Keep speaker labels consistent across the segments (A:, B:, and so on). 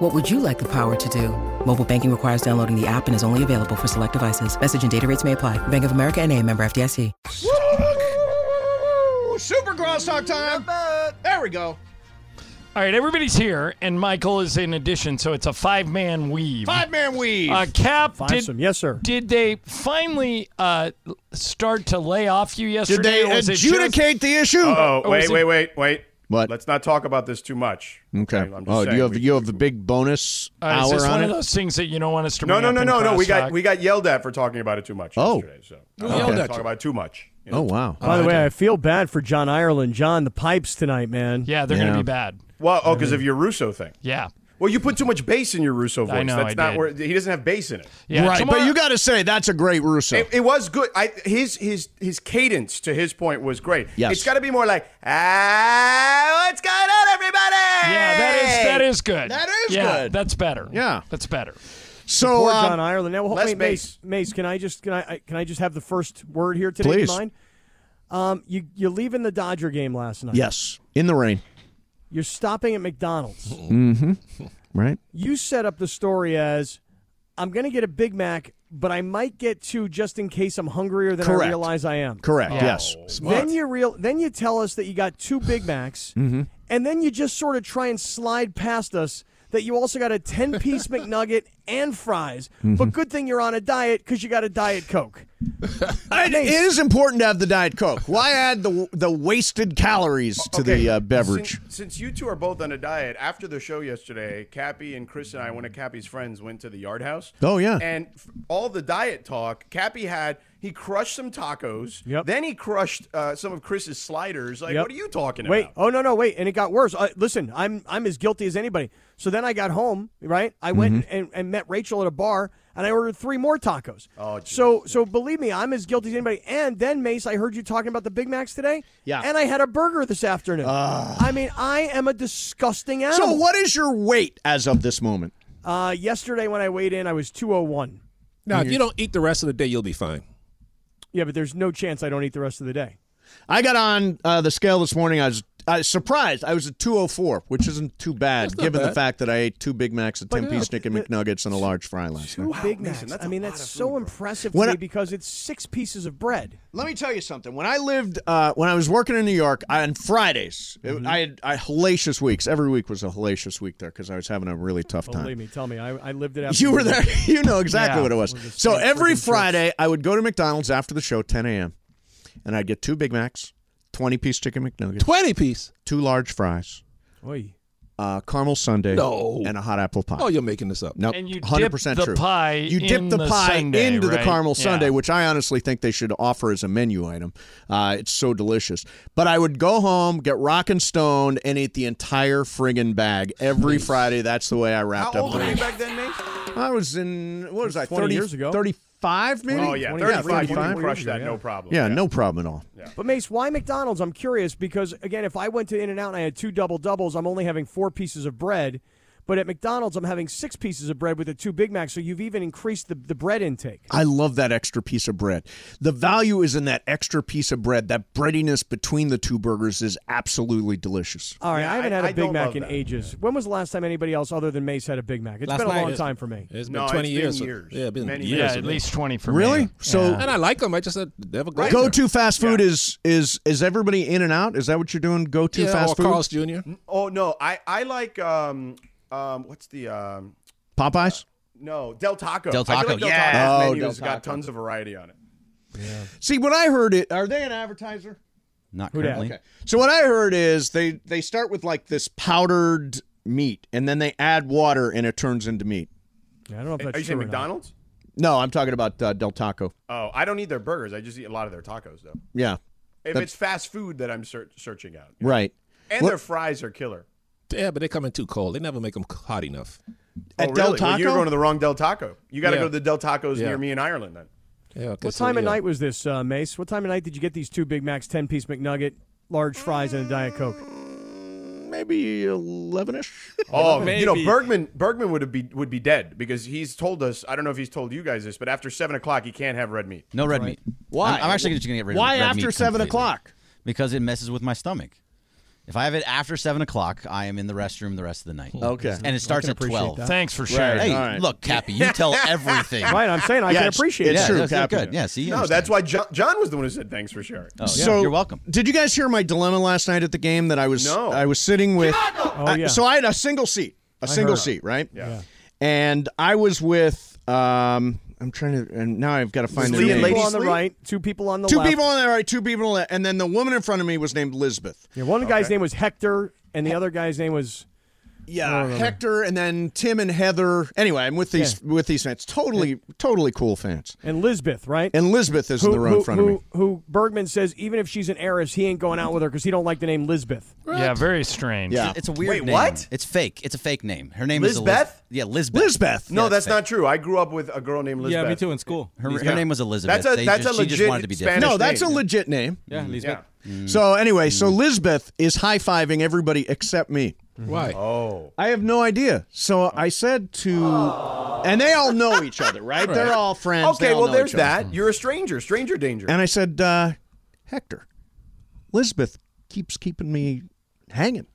A: What would you like the power to do? Mobile banking requires downloading the app and is only available for select devices. Message and data rates may apply. Bank of America and a member FDIC.
B: Super crosstalk time. There we go.
C: All right, everybody's here, and Michael is in addition, so it's a five man weave.
B: Five man weave.
C: Uh, Cap, did,
D: Awesome. Yes, sir.
C: did they finally uh, start to lay off you
B: Did
C: yesterday?
B: they
C: or was it just-
B: adjudicate the issue?
E: Oh,
C: is
E: wait,
C: it-
E: wait, wait, wait.
F: What?
E: Let's not talk about this too much.
F: Okay.
E: I'm just
F: Oh, do
E: saying
F: you have
E: we-
F: you have the big bonus
C: Uh, is
F: hour
C: this one
F: on
C: of
F: it?
C: those things that you don't want us to
E: No,
C: bring
E: no,
C: up
E: no,
C: in
E: no, no. We
C: crosstalk?
E: got we got yelled at for talking about it too much
F: Oh.
E: yesterday. So I don't
B: yelled
E: wanna
B: at
E: talk
B: you.
E: about it too much. you know.
F: Oh wow.
D: By the way, I feel bad for John Ireland. John, the pipes tonight, man.
C: Yeah, they're going
F: Yeah.
C: to be bad.
E: Well, oh, because of your Russo thing.
C: Yeah.
E: Well, you put too much bass in your Russo voice.
C: I know,
E: That's
C: I
E: not
C: did.
E: where he doesn't have bass in it.
C: yeah
F: right,
C: tomorrow-
F: but you got to say that's a great Russo.
E: It, it was good. I his his his cadence to his point was great.
F: Yes.
E: It's got to be more like ah, what's going on, everybody?
C: Yeah, that is that is good.
F: That is
C: yeah,
F: good.
C: That's better.
F: Yeah.
C: That's better.
F: so
D: Poor
F: uh,
D: John Ireland. Now,
E: less
D: wait, Mace,
E: bass.
D: Mace, can I just can I- I can I just have the first word here today?
F: Please.
D: Mine. Um, you you're leaving the Dodger game last night.
F: yes, in the rain,
D: You're stopping at McDonald's.
F: right?
D: you set up the story as I'm going to get a Big Mac, but I might get two just in case I'm hungrier than I
F: Correct.
D: realize I am.
F: Correct. Yes.
D: Oh, Then you real then you tell us that you got two Big Macs, and then you just sort of try and slide past us that you also got a 10 piece McNugget and fries.
F: Mm-hmm.
D: But good thing you're on a diet cuz you got a diet Coke.
F: It- it is important to have the diet coke. Why add the the wasted calories to
E: Okay,
F: the uh, beverage?
E: Since, since you two are both on a diet, after the show yesterday, Cappy and Chris and I, one of Cappy's friends, went to the Yard House.
F: Oh, yeah.
E: and f- all the diet talk. Cappy had he crushed some tacos.
D: Yep.
E: Then he crushed uh, some of Chris's sliders. Like,
D: Yep.
E: what are you talking
D: Wait,
E: about?
D: oh no, no, wait, and it got worse. Uh, listen, I'm I'm as guilty as anybody. So then I got home, right? I went
G: Mm-hmm.
D: and, and met Rachel at a bar, and I ordered three more tacos. Oh, so so believe me, I'm as guilty as anybody. And then Mace, I heard you talking about the Big Macs today.
F: Yeah.
D: and I had a burger this afternoon. I mean, I am a disgusting animal.
F: so, what is your weight as of this moment?
D: Uh, yesterday when I weighed in, I was 201.
G: Now, if you don't eat the rest of the day, you'll be fine.
D: Yeah, but there's no chance I don't eat the rest of the day.
F: I got on uh, the scale this morning. I was uh, surprised. I was at 204, which isn't too bad, given the fact that I ate two Big Macs, a 10 piece chicken McNuggets, and a large fry last night.
E: Wow,
D: Big
E: Mason,
D: Macs.
E: that's
D: I
E: a
D: mean,
E: lot
D: that's
E: of
D: so
E: food, bro.
D: impressive
F: When
D: to
F: I-
D: me because it's six pieces of bread.
F: Let me tell you something. When I lived, uh, when I was working in New York I, on Fridays, it- I had I, hellacious weeks. Every week was a hellacious week there because I was having a really tough time.
D: Believe me, tell me, I, I lived it out.
F: You were there. You know exactly
C: Yeah.
F: what it was. So every Friday, I would go to McDonald's after the show, 10 a.m., and I'd get two Big Macs, 20 piece chicken McNuggets,
G: 20 piece.
F: two large fries,
D: Oy.
F: uh, caramel sundae,
G: No.
F: and a hot apple pie.
G: Oh, you're making this up.
F: No,
C: And you dip
F: 100%
C: the
F: true.
C: pie
F: You dip
C: in
F: the
C: the
F: pie
C: sundae,
F: into the
C: right?
F: caramel
C: Yeah.
F: sundae, which I honestly think they should offer as a menu item. Uh, it's so delicious. But I would go home, get rockin' stoned, and eat the entire friggin' bag every Friday. That's the way I
E: How
F: wrapped
E: old
F: up.
E: were you
F: my-
E: back then, Mace?
F: I was in what was I?
D: 20
F: 30
D: years ago.
F: 35 maybe.
E: Oh yeah, 35.
D: 25,
E: You can
D: 35.
E: crush that, no problem.
F: Yeah, no problem at all.
D: But Mace, why McDonald's? I'm curious because again, if I went to In and Out and I had two double doubles, I'm only having four pieces of bread. But at McDonald's, I'm having six pieces of bread with the two Big Macs. So you've even increased the, the bread intake.
F: I love that extra piece of bread. The value is in that extra piece of bread. That breadiness between the two burgers is absolutely delicious.
D: All right,
E: Yeah,
D: I haven't
E: I-
D: had a
E: I
D: Big
E: don't
D: Mac
E: love
D: in
E: that.
D: ages. When was the last time anybody else other than Mace had a Big Mac? It's been a long time for me.
G: It's been
E: No,
G: 20
E: it's been
G: years.
E: years.
G: Yeah, it's been
E: Many
G: years.
C: Yeah,
E: years.
C: at least 20 for
F: Really?
C: me.
F: So
G: And I like them. I just uh, said, never go
F: go
G: there.
F: to fast food is is is everybody in and out? Is that what you're doing? Go to
G: yeah,
F: fast
G: or
F: food.
G: Carl's Jr.
E: uh, Oh no, I I like um um what's the um
F: Popeyes.
E: no Del Taco.
H: Del
E: I feel
H: Taco,
E: like Del
H: yeah.
E: Taco's
F: Oh,
E: menu
F: Del
E: has got tons of variety on it.
F: See, when I heard it, are they an advertiser?
H: Not
D: dat?
H: currently.
F: So what I heard is they they start with like this powdered meat, and then they add water, and it turns into meat.
D: Yeah, I don't know if that's
E: Are you
D: true
E: saying
D: or not.
E: McDonald's?
F: No, I'm talking about uh, Del Taco.
E: Oh, I don't eat their burgers. I just eat a lot of their tacos, though.
F: Yeah,
E: If
F: That's-
E: it's fast food that I'm search- searching out,
F: right.
E: and
F: What-
E: their fries are killer.
G: Yeah, but they come in too cold. They never make them hot enough.
F: At
E: oh,
F: Del
E: really? Well, you're
F: Taco?
E: going to the wrong Del Taco. You got to
G: Yeah.
E: go to the Del Tacos
G: Yeah.
E: near me in Ireland then.
G: Yeah, okay,
D: what
G: so,
D: time of
G: yeah.
D: night was this, uh, Mace? What time of night did you get these two Big Macs, ten piece McNugget, large fries, and a Diet Coke?
F: Maybe 11 ish.
E: Oh, you know Bergman. Bergman would be would be dead because he's told us. I don't know if he's told you guys this, but after seven o'clock, he can't have red meat.
H: No red meat.
F: Why?
H: I'm, I'm actually just gonna get rid
F: Why
H: of red
F: after
H: meat
F: seven
H: completely.
F: o'clock?
H: Because it messes with my stomach. If I have it after seven o'clock, I am in the restroom the rest of the night.
F: Okay.
H: And it starts at twelve.
C: Thanks for sharing.
H: Hey,
F: All right.
H: look, Cappy, you tell everything.
D: Right, I'm saying I
F: Yeah,
D: can
F: it's-
D: appreciate
F: it's
D: that.
H: yeah,
F: true,
H: that's
F: Cappy.
H: good. Yeah, see, you
E: No,
H: understand.
E: that's why John, John was the one who said thanks for sharing.
H: Oh, yeah,
F: So
H: you're welcome.
F: Did you guys hear my dilemma last night at the game that I was
E: No.
F: I was sitting with? I-
D: Oh, yeah.
F: so I had a single seat, a single seat, right?
E: Yeah.
F: And I was with um, I'm trying to, and now I've got to find
E: Was
F: their
E: Lee
D: Two
E: and
F: name.
E: Lady
D: people on the
E: Sleep?
D: right, two people on the
F: Two
D: left.
F: people on the right, two people on the, and then the woman in front of me was named Lisbeth.
D: Yeah, one guy's name was Hector, and the other guy's name was.
F: Yeah, Hector, and then Tim and Heather. Anyway, I'm with these with these fans, totally, totally cool fans.
D: And Lisbeth, right?
F: And Lisbeth is in the row in front
D: who,
F: of me.
D: who Bergman says even if she's an heiress, he ain't going out with her because he don't like the name Lisbeth.
C: Yeah, very strange.
F: Yeah,
H: It's a weird
E: Wait,
H: name.
E: what?
H: It's fake. It's a fake name. Her name is
E: Lizbeth?
H: Elizabeth. Yeah, Lizbeth.
F: Lisbeth.
E: No, that's not true. I grew up with a girl named Elizabeth.
I: Yeah, me too in school.
H: Her, her name was Elizabeth.
E: That's a-
H: They
E: that's
H: just-
E: a
H: she just
E: legit
H: wanted to be
E: Spanish
H: different.
F: no, that's a
E: name. Mm. Mm-hmm.
F: legit name. Mm.
I: Yeah, Lisbeth.
E: Yeah.
F: So anyway, so Lisbeth is high fiving everybody except me.
G: Why?
E: Oh.
F: I have no idea. So I said to, and they all know each other, right? They're all friends. They
E: Okay,
F: all
E: well,
F: know
E: there's
F: each other.
E: that. You're a stranger. Stranger danger.
F: And I said, uh, Hector, Lisbeth keeps keeping me hanging.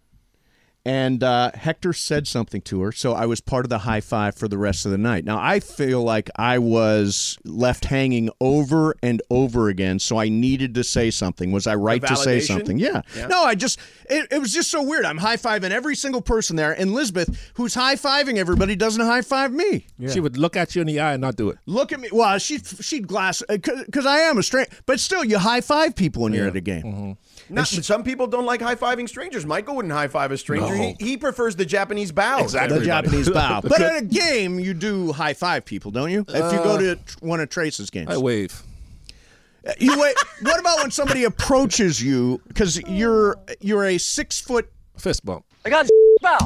F: And uh, Hector said something to her, so I was part of the high five for the rest of the night. Now I feel like I was left hanging over and over again, so I needed to say something. Was I right to say
E: validation?
F: something? Yeah. No, I just it, it was just so weird. I'm high fiving every single person there, and Lisbeth, who's high fiving everybody, doesn't high five me.
G: She would look at you in the eye and not do it.
F: Look at me. Well, she she'd glass because I am a stranger, but still, you high five people when you're at a game.
G: Mm-hmm.
E: Not, some people don't like high fiving strangers. Michael wouldn't high five a stranger. He, he prefers the Japanese bow. uh,
F: The Japanese bow, but at a game you do high five people, don't you? If you go to tr- one of Trace's games, Uh,
G: Uh, I wave.
F: you wait. What about when somebody approaches you because you're you're a six foot?
G: Fist bump.
D: Well,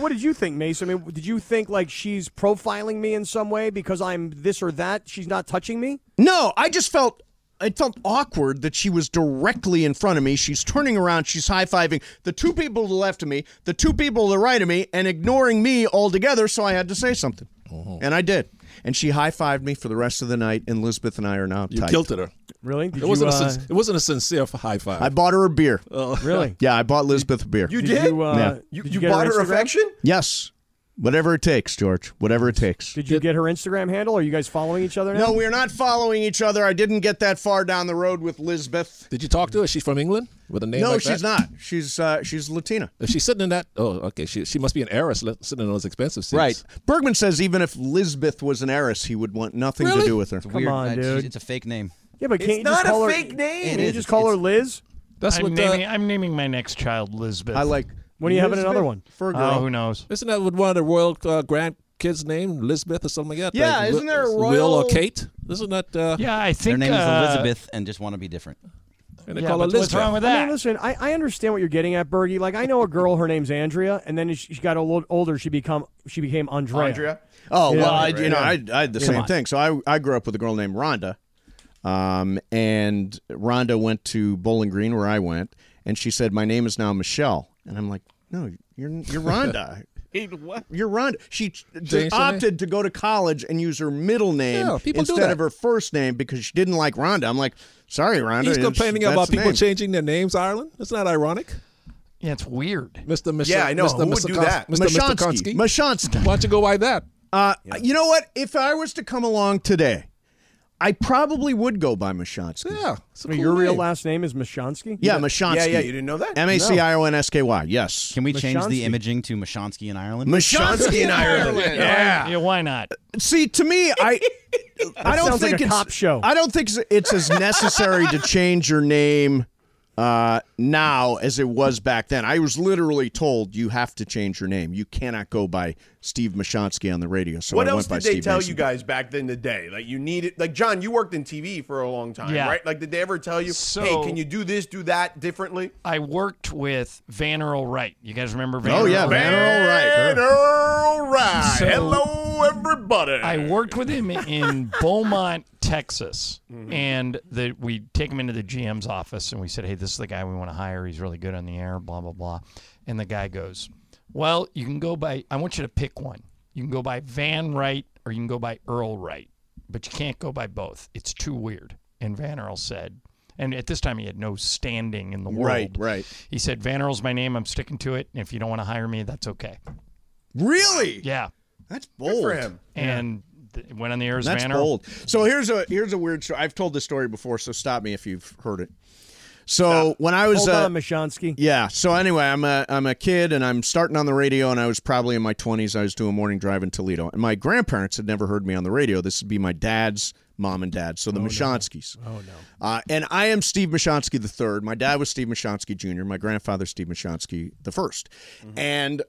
D: what did you think, Mace? I mean, did you think like she's profiling me in some way because I'm this or that? She's not touching me.
F: No, I just felt. It felt awkward that she was directly in front of me. She's turning around. She's high fiving the two people to the left of me, the two people to the right of me, and ignoring me altogether. So I had to say something, and I did. And she high fived me for the rest of the night. And Elizabeth and I are now
G: You
F: tight.
G: guilted her.
D: Really? Did
G: It wasn't,
D: you,
G: a
D: uh,
G: sin- it wasn't a sincere high five.
F: I bought her a beer.
D: really?
F: Yeah, I bought Elizabeth a beer.
E: You
D: Did
E: did?
D: you, uh,
F: Yeah.
E: you,
D: did
E: you
D: get
E: bought her
D: Instagram?
E: affection?
F: Yes. Whatever it takes, George. Whatever it takes.
D: Did you get her Instagram handle? Are you guys following each other now?
F: No, we're not following each other. I didn't get that far down the road with Lisbeth.
G: Did you talk to her? Is she from England with a name
F: No,
G: like
F: she's
G: that?
F: not. She's uh, she's Latina.
G: If she's sitting in that, oh, okay, she, she must be an heiress li- sitting in those expensive seats.
F: Bergman says even if Lisbeth was an heiress, he would want nothing to do with her.
H: Weird.
D: on,
H: Uh, she's-
D: dude.
H: It's a fake name.
D: Yeah, but can't
E: It's
D: you just
E: not
D: call
E: a
D: her?
E: fake name.
D: Can't
H: It
D: you
H: is.
D: just call her
H: It's-
D: Liz?
G: That's
C: I'm
G: what.
C: naming.
G: Uh,
C: I'm naming my next child Lisbeth.
F: I like.
D: When are you having
F: Lisbeth
D: another one?
F: For a girl.
C: Oh, who knows?
G: isn't that what one of the royal uh, grandkids' name, Elizabeth or something like that?
F: Yeah,
G: Like,
F: isn't there a
G: Will-
F: royal-
G: Will or Kate? Isn't that? Uh,
C: Yeah, I
H: Their
C: think
H: name is
C: uh,
H: Elizabeth and just want to be different.
G: And they
C: yeah,
G: call her
C: but
G: Elizabeth.
C: what's wrong with
D: I mean,
C: that?
D: listen, I, I understand what you're getting at, Bergie. Like, I know a girl, her name's Andrea, and then as she got a little older, she become she became Andrea.
E: Andrea?
F: Oh well, I,
D: right.
F: you know, I, I had the same thing. So I I grew up with a girl named Rhonda, um, and Rhonda went to Bowling Green where I went, and she said, "My name is now Michelle," and I'm like, "No, you're you're Rhonda." what? You're Rhonda. She ch-
G: her name?
F: opted to go to college and use her middle name
G: Yeah, people do
F: instead
G: that.
F: of her first name because she didn't like Rhonda. I'm like, sorry, Rhonda.
G: He's
F: it's-
G: complaining
F: that's
G: about
F: the
G: people
F: name."
G: changing their names, Ireland. Isn't that ironic?
C: Yeah, it's weird.
G: Mr. Mr.
E: Yeah, I know.
G: Mr.
E: Who would
G: Mr.
E: do
G: Kons-
E: that?
G: Mr. Mr.
F: Mashansky.
G: Konsky?
F: Mashansky.
G: Why don't you go by that?
F: Uh, You know what? If I was to come along today, I probably would go by Mashansky.
G: Yeah. it's a
D: I mean,
G: cool
D: your real
G: name.
D: last name is Mashansky?
F: Yeah, Mashansky.
E: Yeah, yeah, you didn't know that?
F: M A C I O N S K Y. Yes.
H: Can we change
D: Mashansky.
H: the imaging to Mashansky in Ireland?
F: Mashansky in Ireland.
C: Yeah. Yeah, why not?
F: See, to me, I I don't
D: sounds
F: think
D: like a
F: it's
D: cop show.
F: I don't think it's as necessary to change your name uh, now as it was back then. I was literally told you have to change your name. You cannot go by Steve Mashansky on the radio. So
E: What
F: I
E: else
F: went by
E: did they
F: Steve
E: tell
F: Mason.
E: you guys back in the day? Like you needed, like John, you worked in TV for a long time,
C: Yeah.
E: right? Like, did they ever tell you,
C: So-
E: hey, can you do this, do that differently?
C: I worked with Van Earl Wright. You guys remember Van
F: Oh
C: Earl
F: yeah,
C: Wright?
F: Van Earl Wright.
E: All right,
C: So-
E: hello everybody.
C: I worked with him in Beaumont, Texas, and the, we take him into the GM's office and we said, "Hey, this is the guy we want to hire. He's really good on the air." Blah blah blah, and the guy goes, "Well, you can go by. I want you to pick one. You can go by Van Wright or you can go by Earl Wright, but you can't go by both. It's too weird." And Van Earl said, and at this time he had no standing in the world.
F: Right, right.
C: He said, "Van Earl's my name. I'm sticking to it. And if you don't want to hire me, that's okay."
F: Really?
C: Yeah,
F: That's bold.
E: for him.
C: and. th- Went on the air as
F: That's
C: Van Earl.
F: bold. So here's a here's a weird story. I've told this story before, so stop me if you've heard it. So when I was
D: Hold
F: uh,
D: on, Mishansky.
F: Yeah. So anyway, I'm a I'm a kid and I'm starting on the radio and I was probably in my 20s. I was doing morning drive in Toledo and my grandparents had never heard me on the radio. This would be my dad's mom and dad, so the Mishanskis. Oh no. Uh, and I am Steve Mishansky the third. My dad was Steve Mishansky Jr. My grandfather Steve Mishansky the 1st And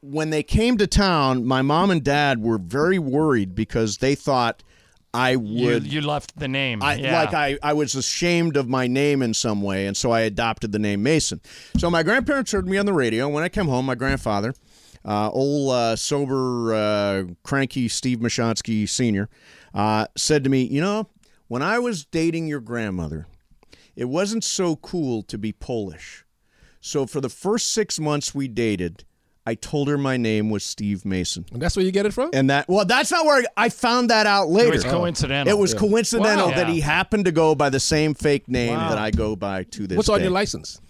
F: when they came to town, my mom and dad were very worried because they thought I
C: You,
F: would
C: you left the name.
F: I,
C: yeah.
F: Like I, I was ashamed of my name in some way, and so I adopted the name Mason. So my grandparents heard me on the radio. When I came home, my grandfather, uh, old uh, sober, uh, cranky Steve Mashonsky Sr., uh, said to me, You know, when I was dating your grandmother, it wasn't so cool to be Polish. So for the first six months we dated, I told her my name was Steve Mason.
G: And that's where you get it from?
F: And that well, that's not where I, I found that out later.
C: was coincidental.
F: It was
C: Yeah.
F: coincidental
C: Wow.
F: that he
C: Yeah.
F: happened to go by the same fake name that I go by to this
G: What's on
F: day.
G: your license?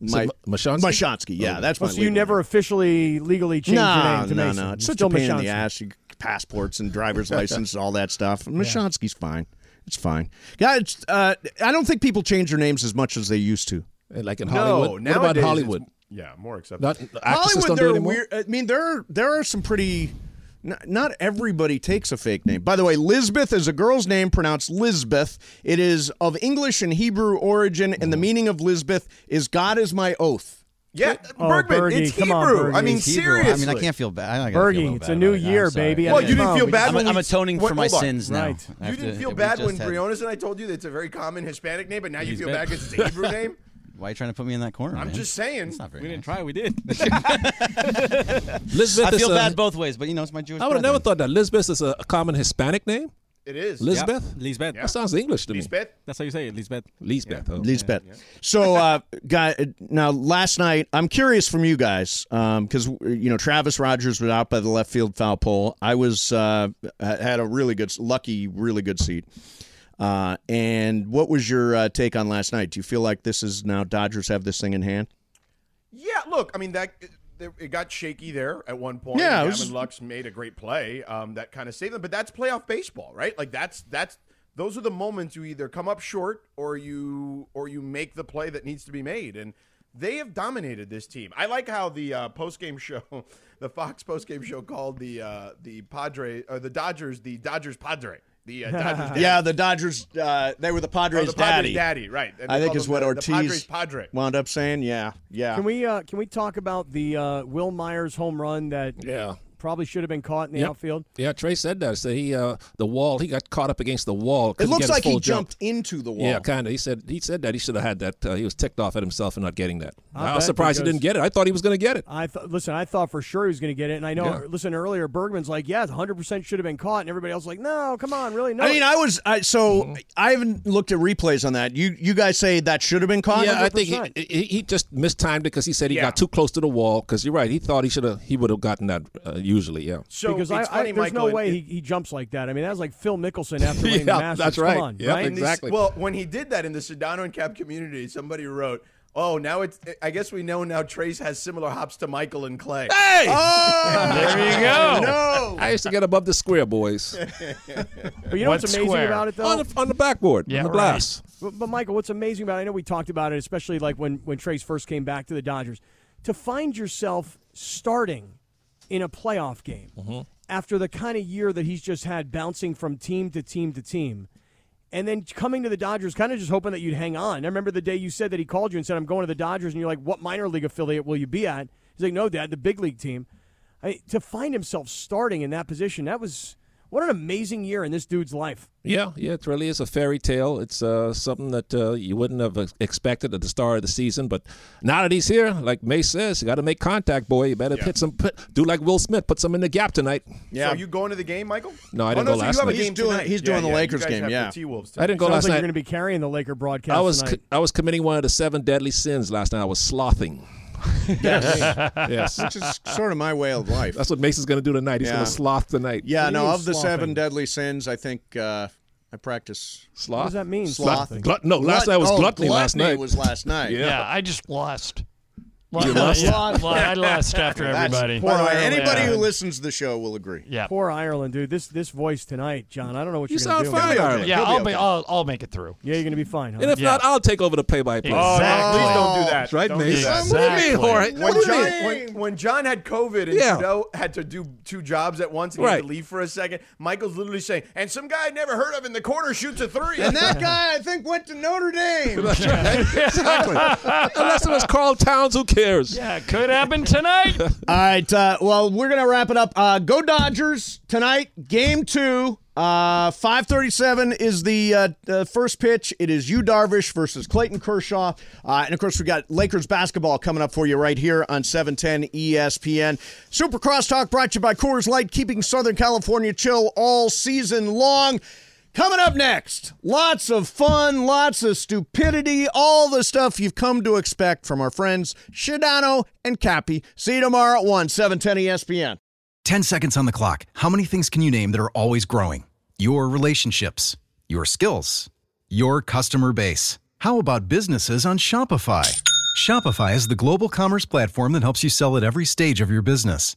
F: My,
G: Mashonsky?
F: Mashonsky, yeah, that's my.
D: Oh, so you
F: legal
D: never
F: name.
D: officially legally changed
F: no,
D: your name to
F: no,
D: Mason.
F: no. It's
D: You're
F: such
D: still
F: a pain in
D: Mishansky.
F: the ass. You, passports and driver's license, all that stuff. Mashonsky's fine. It's fine. Yeah, it's, uh, I don't think people change their names as much as they used to.
G: And like in
E: No,
G: Hollywood.
E: now
G: what about Hollywood?
E: Yeah, more acceptable.
G: Not, actresses
F: Hollywood,
G: don't do it
F: there are
G: anymore?
F: weird. I mean, there are, there are some pretty. Not, not everybody takes a fake name. By the way, Lisbeth is a girl's name pronounced Lisbeth. It is of English and Hebrew origin, and the meaning of Lisbeth is "God is my oath."
E: Mm. yeah,
D: Oh,
E: Bergman,
D: Bergie,
E: it's
D: come
E: Hebrew.
D: on, Bergie.
E: I mean,
D: It's
H: Hebrew.
E: seriously.
H: I mean, I can't feel bad. I gotta
D: Bergie,
H: feel a little
D: it's
H: bad
D: a new
H: about it. I'm
D: year,
H: sorry.
D: baby. I
E: Well,
D: mean,
E: you didn't
D: come on,
E: feel
D: we-
E: bad
H: I'm,
E: when
H: I'm
E: we-
H: atoning
E: Wait,
H: for my
E: hold on.
H: sins now.
D: Right.
H: I have
E: You didn't
H: to-
E: feel
H: we
E: bad
H: just
E: when
H: had-
E: Briones and I told you that's a very common Hispanic name, but now you
I: He's
E: feel
I: bad.
E: bad because it's a Hebrew name?
H: Why are you trying to put me in that corner?
E: I'm
H: man?
E: just saying.
H: It's not very
I: We didn't
H: nice.
I: try. We did.
G: Lisbeth
H: I feel
G: is a-
H: bad both ways, but you know it's my Jewish.
G: I would have
H: brethren.
G: never thought that Lisbeth is a, a common Hispanic name.
E: It is.
G: Lisbeth?
I: Lisbeth.
G: That sounds English to me.
E: Lisbeth?
I: That's how you say it, Lisbeth.
G: Lisbeth. oh.
F: Lisbeth. So, uh, guy, now last night, I'm curious from you guys because you know Travis Rogers was out by the left field foul pole. I was uh, had a really good, lucky, really good seat. Uh, and what was your uh, take on last night? Do you feel like this is now Dodgers have this thing in hand?
E: Yeah, look, I mean that it, it got shaky there at one point.
F: Yeah, it
E: Gavin
F: was-
E: Lux made a great play um, that kind of saved them, but that's playoff baseball, right? Like that's that's those are the moments you either come up short or you or you make the play that needs to be made, and they have dominated this team. I like how the uh, post game show, the Fox post game show, called the uh, the Padre or the Dodgers the Dodgers Padre. The uh, Dodgers daddy.
F: Yeah, the Dodgers. Uh, they were the
E: Or
F: Padres,
E: Oh, the Padres daddy.
F: daddy.
E: right? And
F: I
E: they
F: think
E: called
F: is
E: them
F: what
E: the,
F: Ortiz
E: the Padres Padre.
F: wound up saying. Yeah, yeah.
D: Can we uh, can we talk about the uh, Will Myers home run that
G: Yeah.
D: probably should have been caught in the
G: Yep.
D: outfield?
G: Yeah, Trey said that. So he uh, the wall. He got caught up against the wall.
F: it
G: couldn't
F: looks
G: get his
F: like he
G: full jump.
F: jumped into the wall.
G: Yeah, kind of. He said he said that he should have had that. Uh, he was ticked off at himself for not getting that.
D: I
G: I, was
D: bet,
G: surprised he
D: because-
G: didn't get it. I thought he was going to get it.
D: I th- listen. I thought for sure he was going to get it, and I know.
G: Yeah.
D: Listen, earlier Bergman's like, "Yeah, 100 percent should have been caught," and everybody else was like, "No, come on, really? No."
F: I mean, I was I, so
G: Mm-hmm.
F: I haven't looked at replays on that. You you guys say that should have been caught.
G: Yeah, I think he, he, he just mistimed it because he said he
E: Yeah.
G: got too close to the wall. Because you're right, he thought he should have. He would have gotten that uh, usually. Yeah.
E: So
D: because I,
E: it's
D: I,
E: funny,
D: there's
E: Michael,
D: no
E: and
D: way
E: it-
D: he, he jumps like that. I mean, that was like Phil Mickelson after winning the
G: Yeah,
D: Masters.
G: that's
D: Come
G: right.
D: on,
G: Yep,
D: right?
E: And these-
G: Exactly.
E: well, when he did that in the Sedano and Cap community, somebody wrote, "Oh, now it's. I guess we know now. Trace has similar hops to Michael and Clay. Oh!
G: Hey!
C: There you go.
G: I used to get above the square, boys.
D: But you know
C: What
D: what's amazing
C: square?
D: about it, though?
G: on, the, on the backboard,
C: Yeah,
G: on the
C: right.
G: glass.
D: But, but Michael, what's amazing about it, I know we talked about it, especially like when when Trace first came back to the Dodgers, to find yourself starting in a playoff game
C: Mm-hmm.
D: after the kind of year that he's just had, bouncing from team to team to team. And then coming to the Dodgers, kind of just hoping that you'd hang on. I remember the day you said that he called you and said, "I'm going to the Dodgers," and you're like, "What minor league affiliate will you be at?" He's like, "No, Dad, the big league team." I, to find himself starting in that position, that was What an amazing year in this dude's life.
G: Yeah, yeah, it really is a fairy tale. It's uh, something that uh, you wouldn't have ex- expected at the start of the season, but now that he's here, like May says, you got to make contact, boy. You better put some, put, do like Will Smith, put some in the gap tonight.
E: Yeah. So are you going to the game, Michael?
G: No, I
E: Oh,
G: didn't go
E: so
G: last
E: you have a
G: night.
E: game
F: He's doing-
E: tonight.
F: he's doing the Lakers
E: you guys
F: game,
E: have
F: yeah.
E: The T-Wolves
G: I didn't go
D: Sounds
G: last
D: like you're
G: night.
D: going to be carrying the Laker broadcast
G: I was,
D: tonight.
G: I was committing one of the seven deadly sins last night. I was slothing. yes,
F: Which is sort of my way of life.
G: that's what Mason's going to do tonight. He's
F: Yeah.
G: going to sloth tonight.
F: Yeah, no,
D: mean
F: of the seven
D: slopping?
F: deadly sins, I think uh, I practice
G: sloth.
D: what does that mean?
F: sloth.
G: Glut- no, last night was
F: oh,
G: gluttony last night.
F: was last night.
G: Yeah.
C: Yeah, I just lost.
G: You
C: Well,
G: lost?
C: yeah, well, I lost after
F: That's-
C: everybody.
F: By the way, anybody
C: Yeah.
F: who listens to the show will agree.
C: Yeah.
D: Poor Ireland, dude. This this voice tonight, John. I don't know what
G: You
D: are going to
G: sound
D: do.
G: fine, Ireland.
C: Yeah,
F: He'll be
C: I'll be,
F: okay.
C: I'll, I'll make it through.
D: Yeah, you're going to be fine, huh?
G: And if
C: Yeah.
G: not, I'll take over the play-by-play.
C: Exactly.
E: Please don't do that.
G: Oh, That's right,
E: Don't
G: Mason.
E: do that.
C: Exactly.
G: What do you mean, Jorge?
F: No,
E: When
G: What do you
E: John,
G: mean?
E: when, when John had COVID and
G: Yeah.
E: Joe had to do two jobs at once and he had
G: Right.
E: to leave for a second, Michael's literally saying, and some guy I never heard of in the corner shoots a three.
F: And that guy, I think, went to Notre Dame.
G: That's right. exactly. Unless it was Carl Towns, who cares?
C: Yeah, could happen tonight.
F: All right. Uh, well, we're gonna wrap it up. Uh, go Dodgers tonight. Game two. Uh, five thirty-seven is the uh, uh, first pitch. It is you Darvish versus Clayton Kershaw, uh, and of course we got Lakers basketball coming up for you right here on seven ten E ESPN. Super Crosstalk brought to you by Coors Light, keeping Southern California chill all season long. Coming up next, lots of fun, lots of stupidity, all the stuff you've come to expect from our friends Shadano and Cappy. See you tomorrow at 1, 710 ESPN.
I: 10 seconds on the clock. How many things can you name that are always growing? Your relationships, your skills, your customer base. How about businesses on Shopify? Shopify is the global commerce platform that helps you sell at every stage of your business.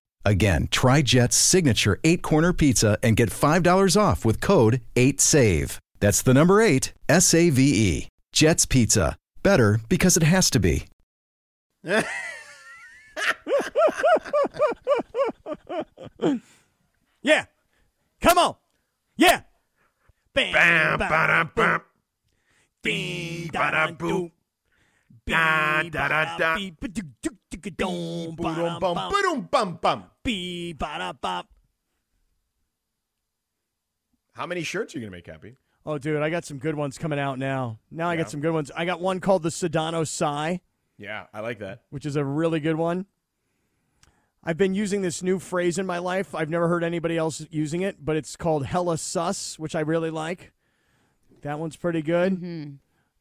I: Again, try Jet's signature eight corner pizza and get $5 off with code 8SAVE. That's the number eight, S A V E. Jet's Pizza. Better because it has to be.
D: Yeah. Come on. Yeah. Bam, ba-da, boom. Bee, da-da, boom. Bee, ba-da,
E: da.
D: bee, ba-do, do, do, do, dum,
E: Boom,
D: ba-dum,
E: bum,
D: bum.
E: boom, bum, bum.
D: Bee, ba-da, bop.
E: How many shirts are you going to make happy?
D: Oh, dude, I got some good ones coming out now. Now I got some good ones. I got one called the Sedano Sigh,
E: Yeah, I like that.
D: which is a really good one. I've been using this new phrase in my life. I've never heard anybody else using it, but it's called hella sus, which I really like. That one's pretty good.
C: Mm-hmm.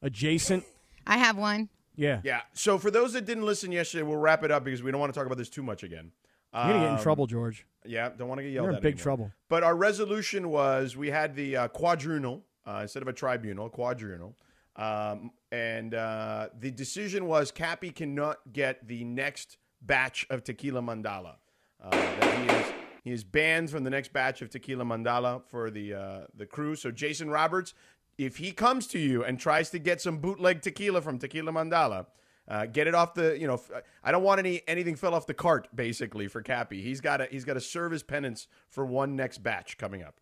D: Adjacent.
J: I have one.
D: Yeah.
E: Yeah. So for those that didn't listen yesterday, we'll wrap it up because we don't want to talk about this too much again. Um,
D: You're going to
G: Um,
D: get in trouble, George.
E: Yeah, don't want to get yelled
D: You're
E: at.
D: in big
E: anymore.
D: trouble.
E: But our resolution was we had the uh, quadrunal uh, instead of a tribunal, quadrunal. Um, and uh, the decision was Cappy cannot get the next batch of tequila mandala. Uh, that he, is, he is banned from the next batch of tequila mandala for the, uh, the crew. So, Jason Roberts, if he comes to you and tries to get some bootleg tequila from Tequila Mandala, uh, get it off the you know. f- I don't want any anything fell off the cart basically for Cappy. He's got to he's got to serve his penance for one next batch coming up.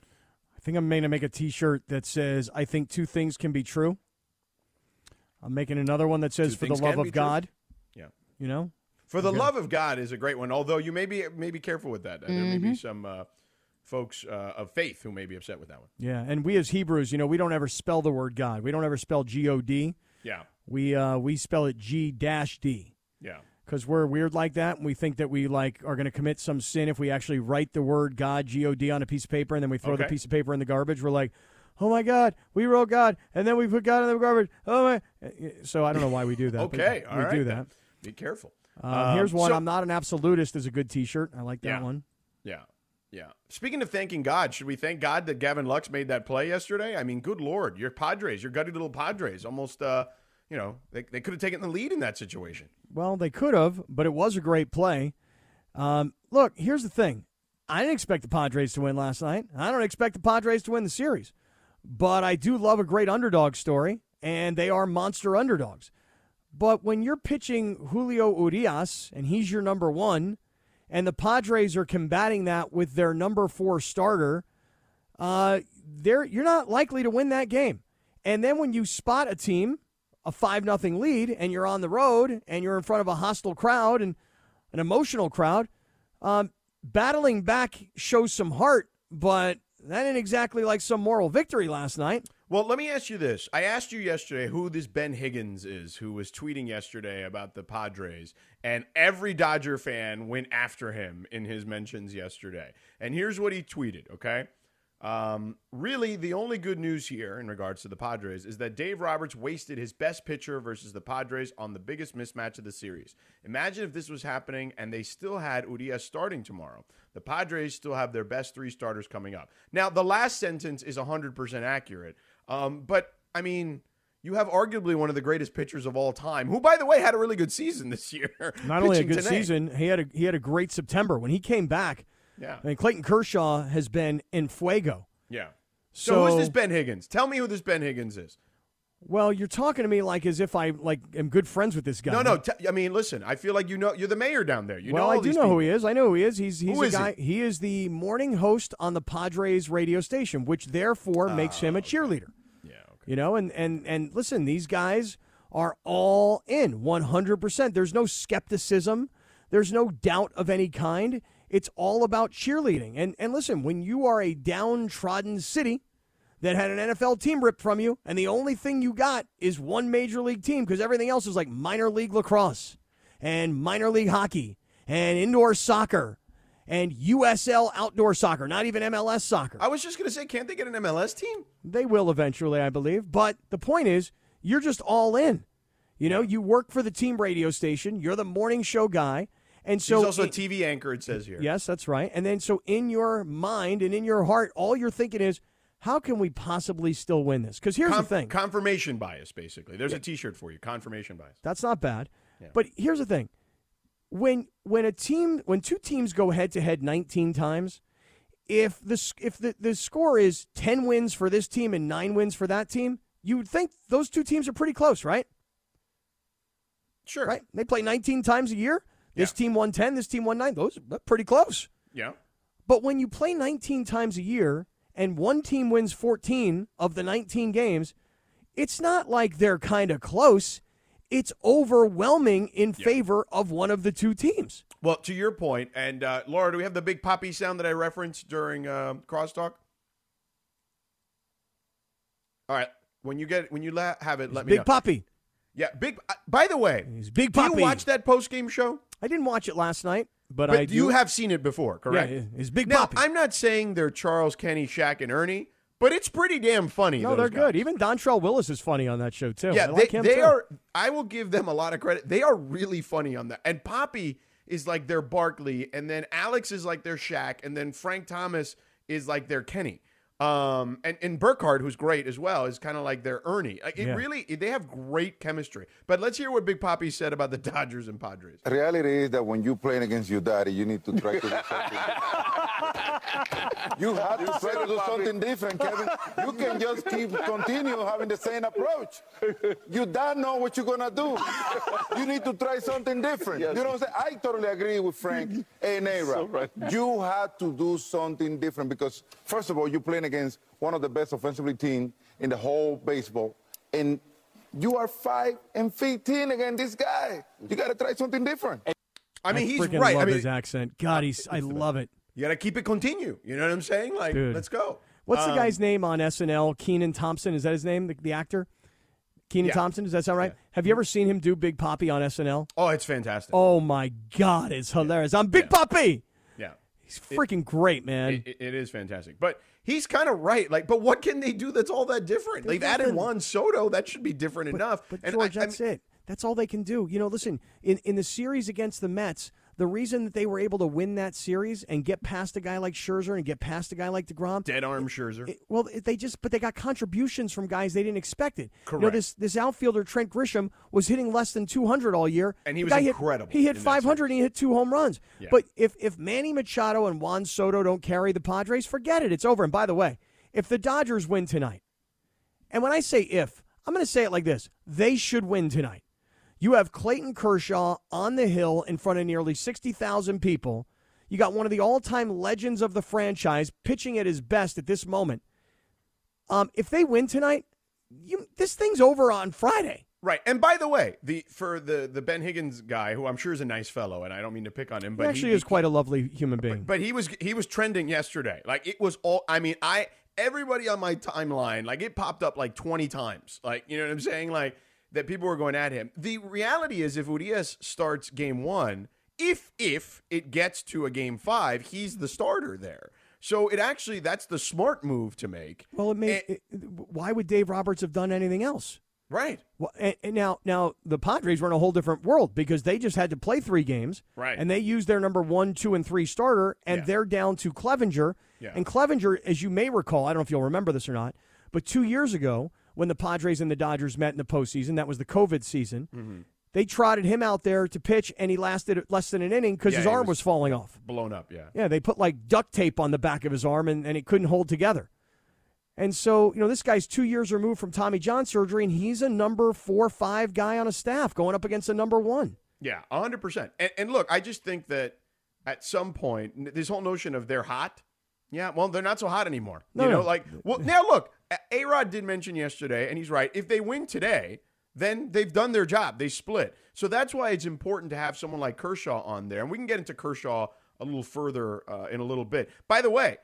D: I think I'm going to make a t shirt that says, I think two things can be true. I'm making another one that says,
E: Two
D: for the
E: things
D: love
E: can be
D: of
E: true?
D: God.
E: Yeah.
D: You know?
E: For the love of God is a great one. Although you may be may be careful with that. Uh, There
D: Mm-hmm.
E: may be some uh, folks uh, of faith who may be upset with that one.
D: Yeah, and we as Hebrews, you know, we don't ever spell the word God. We don't ever spell G O D.
E: Yeah,
D: We uh, we spell it G dash D
E: yeah.
D: because we're weird like that, and we think that we like are going to commit some sin if we actually write the word God G O D on a piece of paper, and then we throw the
E: Okay.
D: piece of paper in the garbage. We're like, oh my God, we wrote God, and then we put God in the garbage. Oh my! eh, So I don't know why we do that. but
E: Okay, all
D: we
E: right.
D: do
E: then.
D: that.
E: Be careful.
D: Um, here's one.
E: so-
D: I'm not an absolutist is a good T-shirt. I like that
E: Yeah.
D: one.
E: Yeah. Yeah. Speaking of thanking God, should we thank God that Gavin Lux made that play yesterday? I mean, good Lord, your Padres, your gutty little Padres, almost, uh, you know, they, they could have taken the lead in that situation.
D: Well, they could have, but it was a great play. Um, look, here's the thing. I didn't expect the Padres to win last night. I don't expect the Padres to win the series. But I do love a great underdog story, and they are monster underdogs. But when you're pitching Julio Urias and he's your number one, and the Padres are combating that with their number four starter, uh, they're, you're not likely to win that game. And then when you spot a team, a 5 nothing lead, and you're on the road and you're in front of a hostile crowd and an emotional crowd, um, battling back shows some heart, but that ain't exactly like some moral victory last night.
E: Well, let me ask you this. I asked you yesterday who this Ben Higgins is who was tweeting yesterday about the Padres, and every Dodger fan went after him in his mentions yesterday. And here's what he tweeted, okay? Um, really, the only good news here in regards to the Padres is that Dave Roberts wasted his best pitcher versus the Padres on the biggest mismatch of the series. Imagine if this was happening and they still had Urias starting tomorrow. The Padres still have their best three starters coming up. Now, the last sentence is 100% accurate, um, but I mean, you have arguably one of the greatest pitchers of all time, who, by the way, had a really good season this year.
D: Not only a
E: pitching
D: good
E: today.
D: season, he had a he had a great September when he came back.
E: Yeah.
D: I mean, Clayton Kershaw has been in fuego.
E: Yeah. So, who's this Ben Higgins? Tell me who this Ben Higgins is.
D: Well, you're talking to me like as if I like am good friends with this guy.
E: No, no. T- I mean, listen. I feel like you know. You're the mayor down there. You
D: well,
E: know.
D: I
E: all
D: do
E: these
D: know who
E: people.
D: he is. I know who he is. He's he's
E: Who
D: a
E: is he?
D: guy. He? is the morning host on the Padres radio station, which therefore makes him a cheerleader. Yeah. You know, and and and listen, these guys are all in 100%. There's no skepticism. There's no doubt of any kind. It's all about cheerleading. And and listen, when you are a downtrodden city that had an NFL team ripped from you, and the only thing you got is one major league team because everything else is like minor league lacrosse and minor league hockey and indoor soccer and USL outdoor soccer, not even MLS soccer.
E: I was just gonna say, can't they get an MLS team?
D: They will eventually, I believe. But the point is, you're just all in. You know, you work for the team radio station, you're the morning show guy. And so
E: He's also a
D: it-
E: TV anchor. It says here.
D: Yes, that's right. And then so in your mind and in your heart, all you're thinking is, how can we possibly still win this? Because here's
E: Con-
D: the thing.
E: Confirmation bias, basically. There's a T-shirt for you. Confirmation bias.
D: That's not bad. But here's the thing. When when a team when two teams go head to head 19 times, if the s- if the, the score is 10 wins for this team and 9 wins for that team, you would think those two teams are pretty close, right?
E: Sure.
D: Right? They play 19 times a year. This
E: Yeah.
D: team won 10, this team won 9. Those are pretty close.
E: Yeah.
D: But when you play 19 times a year and one team wins 14 of the 19 games, it's not like they're kind of close. It's overwhelming in favor of one of the two teams.
E: Well, to your point, and uh, Laura, do we have the big poppy sound that I referenced during um crosstalk? All right. When you get when you la- have it, let me
D: Big
E: know.
D: Poppy.
E: Yeah, big. uh, by the way,
D: He's Big
E: do
D: Poppy.
E: you watch that post game show?
D: I didn't watch it last night, but,
E: But
D: I do.
E: you have seen it before, correct?
D: Yeah, it's Big
E: now,
D: Poppy.
E: I'm not saying they're Charles, Kenny, Shaq, and Ernie, but it's pretty damn funny.
D: no,
E: those
D: they're
E: guys.
D: good. Even Dontrell Willis is funny on that show too. I
E: yeah,
D: like
E: they,
D: him
E: they
D: too.
E: are. I will give them a lot of credit. They are really funny on that. And Poppy is like their Barkley, and then Alex is like their Shaq, and then Frank Thomas is like their Kenny. Um, and and Burkhardt, who's great as well, is kind of like their Ernie. Like, it
D: Yeah.
E: really, they have great chemistry. But let's hear what Big Poppy said about the Dodgers and Padres.
J: Reality is that when you're playing against your daddy, you need to try to do something. you have to try to do something different, Kevin. You can just keep continue having the same approach. Your dad know what you're gonna do. You need to try something different. You know what I'm saying? I totally agree with Frank and Era. You have to do something different because first of all, you're playing against one of the best offensively team in the whole baseball, and you are five and 15 against this guy. You gotta try something different.
E: I mean, he's
D: freaking
E: right.
D: Love
E: I mean,
D: his accent. God, he's. I love it.
E: You got to keep it continue. You know what I'm saying? Like,
D: Dude.
E: let's go.
D: What's the
E: Um,
D: guy's name on SNL? Keenan Thompson is that his name? The, the actor, Keenan
E: Yeah.
D: Thompson. Does that sound right? Have you ever seen him do Big Poppy on SNL?
E: Oh, it's fantastic.
D: Oh my God, it's hilarious! I'm Big Poppy.
E: Yeah.
D: He's freaking great, man.
E: It, it- it is fantastic. But he's kind of right. Like, but what can they do that's all that different? They've added
D: nothing.
E: Juan Soto. That should be different enough.
D: but
E: And
D: George,
E: I- I
D: that's
E: mean-
D: it. That's all they can do. You know, listen, in, in the series against the Mets, the reason that they were able to win that series and get past a guy like Scherzer and get past a guy like DeGrom,
E: Dead arm Scherzer.
D: it- well, it- they just but they got contributions from guys they didn't expect it. You know,
E: Correct.
D: this this outfielder Trent Grisham was hitting less than 200 all year,
E: And he
D: The
E: was
D: guy hit-
E: incredible
D: he hit
E: in that
D: 500 and he hit two home runs.
E: Yeah.
D: But if if Manny Machado and Juan Soto don't carry the Padres, forget it. It's over. And by the way, if the Dodgers win tonight, and when I say if, I'm going to say it like this: they should win tonight. You have Clayton Kershaw on the hill in front of nearly 60,000 people. You got one of the all time legends of the franchise pitching at his best at this moment. Um, if they win tonight, you, this thing's over on Friday.
E: Right. And by the way, the for the the Ben Higgins guy, who I'm sure is a nice fellow, and I don't mean to pick on him, but
D: he actually
E: he,
D: is quite a lovely human being.
E: But he was he was trending yesterday. Like it was all. I mean, I everybody on my timeline like it popped up like twenty times. Like you know what I'm saying? Like that people were going at him. The reality is, if Urias starts game one, if if it gets to a game five, he's the starter there. So it actually that's the smart move to make.
D: well, it made,
E: Eh.
D: it- why would Dave Roberts have done anything else?
E: Right.
D: Well, and, and now, now the Padres were in a whole different world because they just had to play three games,
E: Right.
D: And they used their number one, two, and three starter, and
E: Yeah.
D: they're down to Clevenger.
E: Yeah.
D: And Clevenger, as you may recall, I don't know if you'll remember this or not, but two years ago when the Padres and the Dodgers met in the postseason, that was the COVID season.
E: Mm.
D: They trotted him out there to pitch, and he lasted less than an inning because
E: Yeah,
D: his
E: he
D: arm
E: was-
D: was falling off.
E: Blown up. Yeah.
D: Yeah, they put like duct tape on the back of his arm and, and it couldn't hold together. And so, you know, this guy's two years removed from Tommy John surgery and he's a number four, five guy on a staff going up against a number one.
E: Yeah, a hundred percent. And and look, I just think that at some point, n- this whole notion of they're hot, yeah, well, they're not so hot anymore.
D: No,
E: you know,
D: no.
E: like well, now look, A Rod did mention yesterday, and he's right. If they win today, then they've done their job. They split, so that's why it's important to have someone like Kershaw on there, and we can get into Kershaw a little further uh, in a little bit. By the way.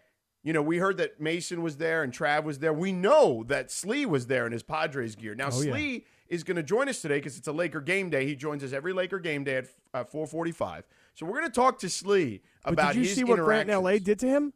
E: You know, we heard that Mason was there and Trav was there. We know that Slee was there in his Padres gear. Now,
D: Oh, yeah.
E: Slee is going to join us today because it's a Laker game day. He joins us every Laker game day at uh, 4:45. So we're going to talk to Slee
D: But
E: about
D: did you
E: his
D: see what Grant in LA
E: interactions.
D: did to him?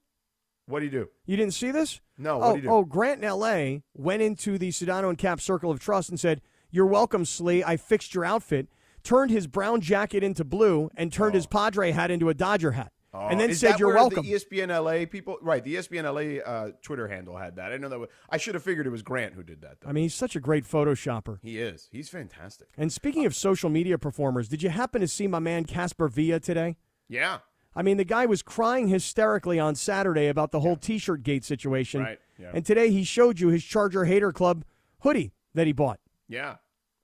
E: What do you do?
D: You didn't see this?
E: No,
D: Oh,
E: what'd he do?
D: oh Grant in LA went into the Sedano and Cap Circle of Trust and said, You're welcome, Slee. I fixed your outfit, turned his brown jacket into blue, and turned his Padre hat into a Dodger hat. and then
E: Oh. Is
D: said,
E: that
D: You're
E: where
D: welcome.
E: The E ESPN LA people, right? The ESPN LA uh, Twitter handle had that. I know that. Was, I should have figured it was Grant who did that. Though
D: I mean, he's such a great Photoshopper.
E: he is. He's fantastic.
D: And speaking of social media performers, did you happen to see my man Casper Villa today?
E: Yeah.
D: I mean, the guy was crying hysterically on Saturday about the whole T-shirt gate situation,
E: Right, yeah.
D: and today he showed you his Charger Hater Club hoodie that he bought.
E: Yeah,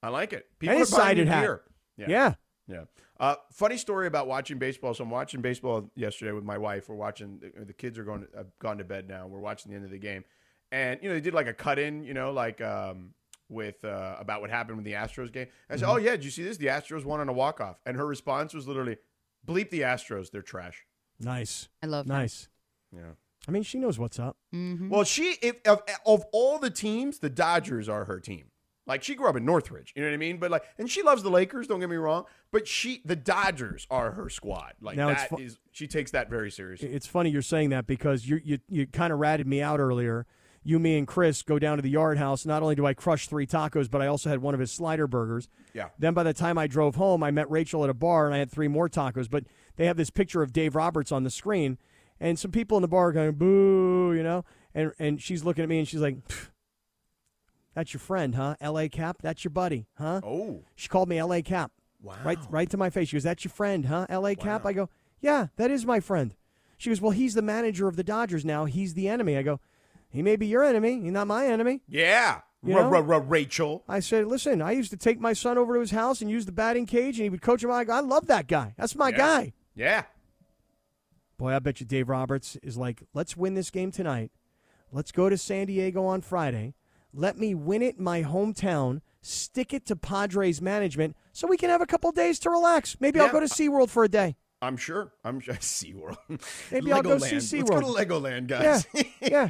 E: I like it. People
D: And
E: are
D: his
E: buying
D: sided
E: new
D: hat.
E: gear.
D: Yeah,
E: Yeah. Uh, funny story about watching baseball. So I'm watching baseball yesterday with my wife. We're watching. The, the kids are going to, have gone to bed now. We're watching the end of the game, and you know they did like a cut in. You know, like um, with uh, about what happened with the Astros game. I
D: Mm-hmm.
E: said, "Oh yeah, did you see this? The Astros won on a walk off." And her response was literally, "Bleep the Astros. They're trash."
D: nice,
K: I love that. Mm-hmm.
D: nice.
E: Yeah.
D: I mean, she knows what's up.
E: Well, she if of, of all the teams, the Dodgers are her team. Like she grew up in Northridge, you know what I mean? But like, and she loves the Lakers. Don't get me wrong, but she the Dodgers are her squad. Like
D: Now,
E: that
D: it's
E: is,
D: fu-
E: she takes that very seriously.
D: It's funny you're saying that because you you you kind of ratted me out earlier. You, me, and Chris go down to the Yard House. Not only do I crush three tacos, but I also had one of his slider burgers.
E: Yeah.
D: Then by the time I drove home, I met Rachel at a bar and I had three more tacos. But they have this picture of Dave Roberts on the screen, and some people in the bar are going boo, you know, and and she's looking at me and she's like, "Pff, "That's your friend, huh? L.A. Cap, that's your buddy, huh?"
E: Oh,
D: She called me L.A. Cap.
E: Wow.
D: Right, right to my face. She goes, "That's your friend, huh? L.A. Cap." I go, "Yeah, that is my friend." She goes, "Well, he's the manager of the Dodgers now. He's the enemy." I go, "He may be your enemy. He's not my enemy."
E: yeah,
D: You
E: Ra-
D: know?
E: ra- ra- Rachel.
D: I said, "Listen, I used to take my son over to his house and use the batting cage, and he would coach him. I go, I love that guy. That's my
E: Yeah.
D: guy."
E: Yeah,
D: Boy, I bet you Dave Roberts is like, "Let's win this game tonight. Let's go to San Diego on Friday. Let me win it in my hometown." Stick it to Padres management so we can have a couple days to relax. Maybe I'll
E: Yeah.
D: go to SeaWorld for a day.
E: I'm sure. I'm sure. SeaWorld.
D: Maybe I'll go see
E: Legoland. Let's go
D: SeaWorld.
E: to Legoland, guys.
D: Yeah,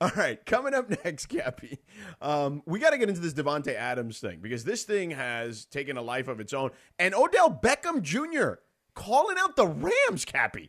E: All right, coming up next, Cappy, um, we got to get into this Devonte Adams thing because this thing has taken a life of its own. And Odell Beckham Jr. calling out the Rams, Cappy.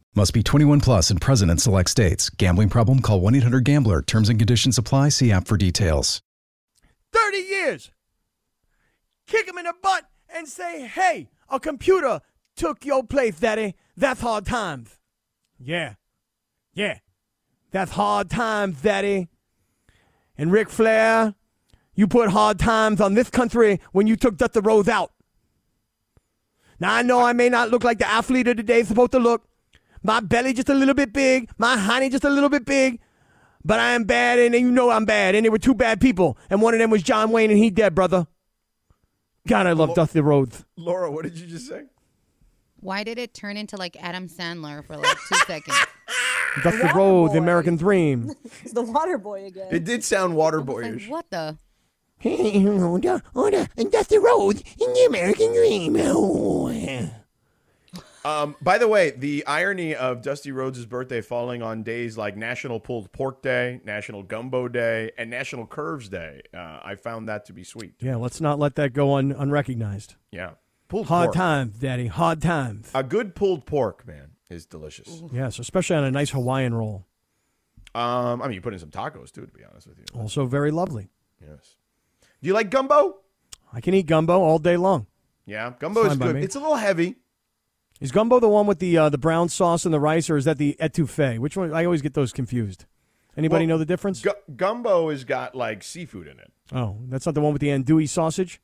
I: Must be 21 plus and present in select states. Gambling problem? Call 1 800 Gambler. Terms and conditions apply. See app for details.
D: 30 years. Kick him in the butt and say, hey, a computer took your place, daddy. That's hard times. Yeah. Yeah. That's hard times, daddy. And Ric Flair, you put hard times on this country when you took Dusty Rose out. Now, I know I may not look like the athlete of the day is supposed to look. My belly just a little bit big. My honey just a little bit big. But I am bad, and you know I'm bad. And there were two bad people, and one of them was John Wayne, and he dead, brother. God, I love
E: Lo-
D: Dusty Rhodes.
E: Laura, what did you just say?
L: Why did it turn into like Adam Sandler for like two seconds?
D: Dusty Rhodes, the American Dream.
L: It's the water boy again.
E: It did sound waterboyish.
L: What the?
D: and Dusty Rhodes in the American Dream.
E: Um, by the way, the irony of Dusty Rhodes' birthday falling on days like National Pulled Pork Day, National Gumbo Day, and National Curves Day, uh, I found that to be sweet.
D: Yeah, let's not let that go un- unrecognized.
E: Yeah. Pulled
D: Hard
E: pork.
D: times, Daddy. Hard times.
E: A good pulled pork, man, is delicious.
D: Yes, especially on a nice Hawaiian roll.
E: Um, I mean, you put in some tacos too, to be honest with you.
D: Also very lovely.
E: Yes. Do you like gumbo?
D: I can eat gumbo all day long.
E: Yeah, gumbo
D: Fine
E: is
D: by
E: good.
D: me.
E: It's a little heavy.
D: Is gumbo the one with the uh, the brown sauce and the rice, or is that the etouffee? Which one? I always get those confused. Anybody
E: Well,
D: know the difference?
E: Gu- gumbo has got like seafood in it.
D: oh, that's not the one with the andouille sausage.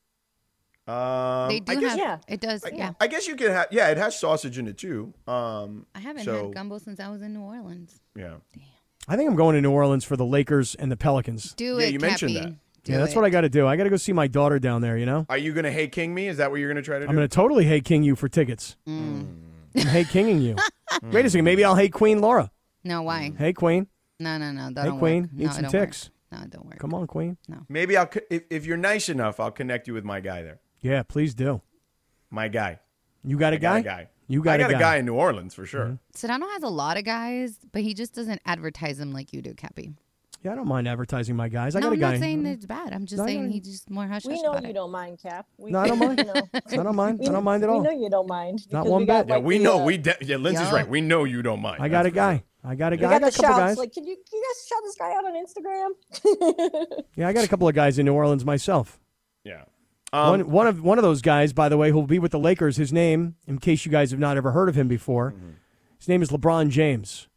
E: Um,
L: They
E: I
L: do
E: guess,
L: have. It does. yeah.
E: I guess you can have. Yeah, it has sausage in it too. Um,
L: I haven't
E: so,
L: had gumbo since I was in New Orleans.
E: Yeah.
D: I think I'm going to New Orleans for the Lakers and the Pelicans.
L: Do
E: Yeah,
L: it.
E: you mentioned that.
L: Cappy. Do
D: yeah, that's
L: it.
D: what I got to do. I got to go see my daughter down there. You know,
E: Are you gonna hey king me? Is that what you're gonna try to do?
D: I'm going to totally hate king you for tickets.
L: Mm.
D: I'm hate kinging you. Wait a second, maybe I'll hate Queen Laura.
E: Mm.
L: No, why?
D: Hey Queen,
L: No, no, no. That
D: hey
L: don't
D: Queen,
L: work.
D: need
L: no, it
D: some
L: don't work.
D: ticks.
L: No, it don't work.
D: Come on, Queen.
E: Maybe I'll co- if, if you're nice enough, I'll connect you with my guy there.
D: Yeah, please do.
E: My guy.
D: You got a
E: I got
D: guy? Mm-hmm.
E: a guy.
D: You got
E: I
D: a
E: got a
D: guy.
E: guy in New Orleans for sure.
L: Sedano has a lot of guys, but he just doesn't advertise them like you do, Cappy.
D: Yeah, I don't mind advertising my guys. I
L: no,
D: got a
L: I'm
D: guy.
L: not saying that it's bad. I'm just
D: No, I
L: saying
D: don't-
L: he just more hush
M: We
L: hush
M: know
L: about
M: you
L: it.
M: don't mind, Cap. We,
D: No, I don't mind.
M: you know.
D: I don't mind. I don't mind at all.
M: We know you don't mind.
D: Not
M: because
D: one
M: we got,
D: bit.
E: Yeah,
M: like,
E: we
M: the,
E: know.
M: uh,
E: we de- yeah, Lindsay's
L: Yo.
E: right. We know you don't mind.
D: I got
E: That's
D: a
E: for
D: guy. I got a
M: we
D: guy. I
M: got
D: got a
M: the
D: couple
M: shouts.
D: guys.
M: Like, can you, can you guys shout this guy out on Instagram?
D: Yeah, I got a couple of guys in New Orleans myself.
E: sure. Yeah. Um,
D: one, one of one of those guys, by the way, who'll be with the Lakers. His name, in case you guys have not ever heard of him before,
E: Mm-hmm.
D: his name is LeBron James.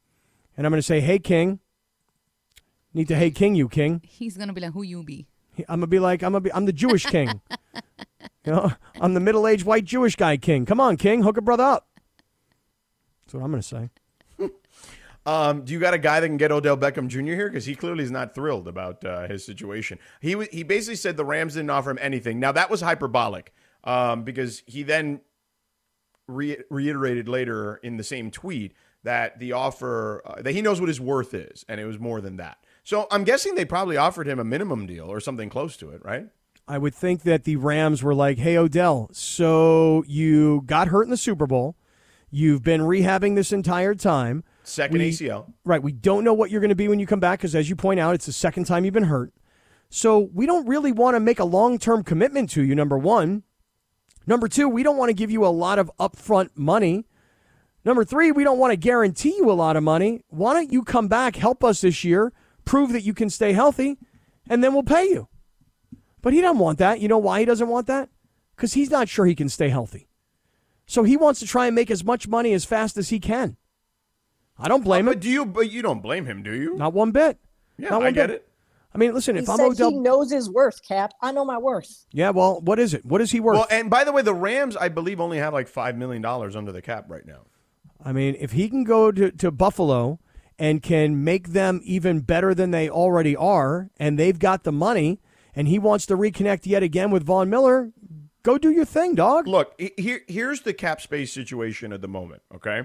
D: And I'm going to say, "Hey, King." Need to, hey, King, you King.
L: He's gonna be like, "Who you be?"
D: I'm gonna be like, I'm gonna be, I'm the Jewish King. you know, I'm the middle-aged white Jewish guy, King. Come on, King, hook a brother up. That's what I'm gonna say.
E: Um, do you got a guy that can get Odell Beckham Jr. here? Because he clearly is not thrilled about uh, his situation. He wa- he basically said the Rams didn't offer him anything. Now that was hyperbolic, um, because he then re- reiterated later in the same tweet that the offer uh, that he knows what his worth is, and it was more than that. So I'm guessing they probably offered him a minimum deal or something close to it, right?
D: I would think that the Rams were like, "Hey Odell, so you got hurt in the Super Bowl. You've been rehabbing this entire time.
E: Second ACL.
D: Right. We don't know what you're going to be when you come back because, as you point out, it's the second time you've been hurt. So we don't really want to make a long term commitment to you. Number one. Number two, we don't want to give you a lot of upfront money. Number three, we don't want to guarantee you a lot of money. Why don't you come back, help us this year, prove that you can stay healthy, and then we'll pay you. But he doesn't want that. You know why he doesn't want that? Because he's not sure he can stay healthy. So he wants to try and make as much money as fast as he can. I don't blame him.
E: But do you? But you don't blame him, do you?
D: Not one bit.
E: Yeah,
D: Not
E: I
D: one
E: get
D: bit.
E: it.
D: I mean, listen,
M: He
D: if I'm
M: said
D: Odell.
M: he knows his worth, Cap. I know my worth.
D: yeah, well, what is it? What is he worth?
E: Well, and by the way, the Rams, I believe, only have like five million dollars under the cap right now.
D: I mean, if he can go to, to Buffalo and can make them even better than they already are, and they've got the money, and he wants to reconnect yet again with Von Miller, go do your thing, dog.
E: Look, he- here here's the cap space situation at the moment. Okay,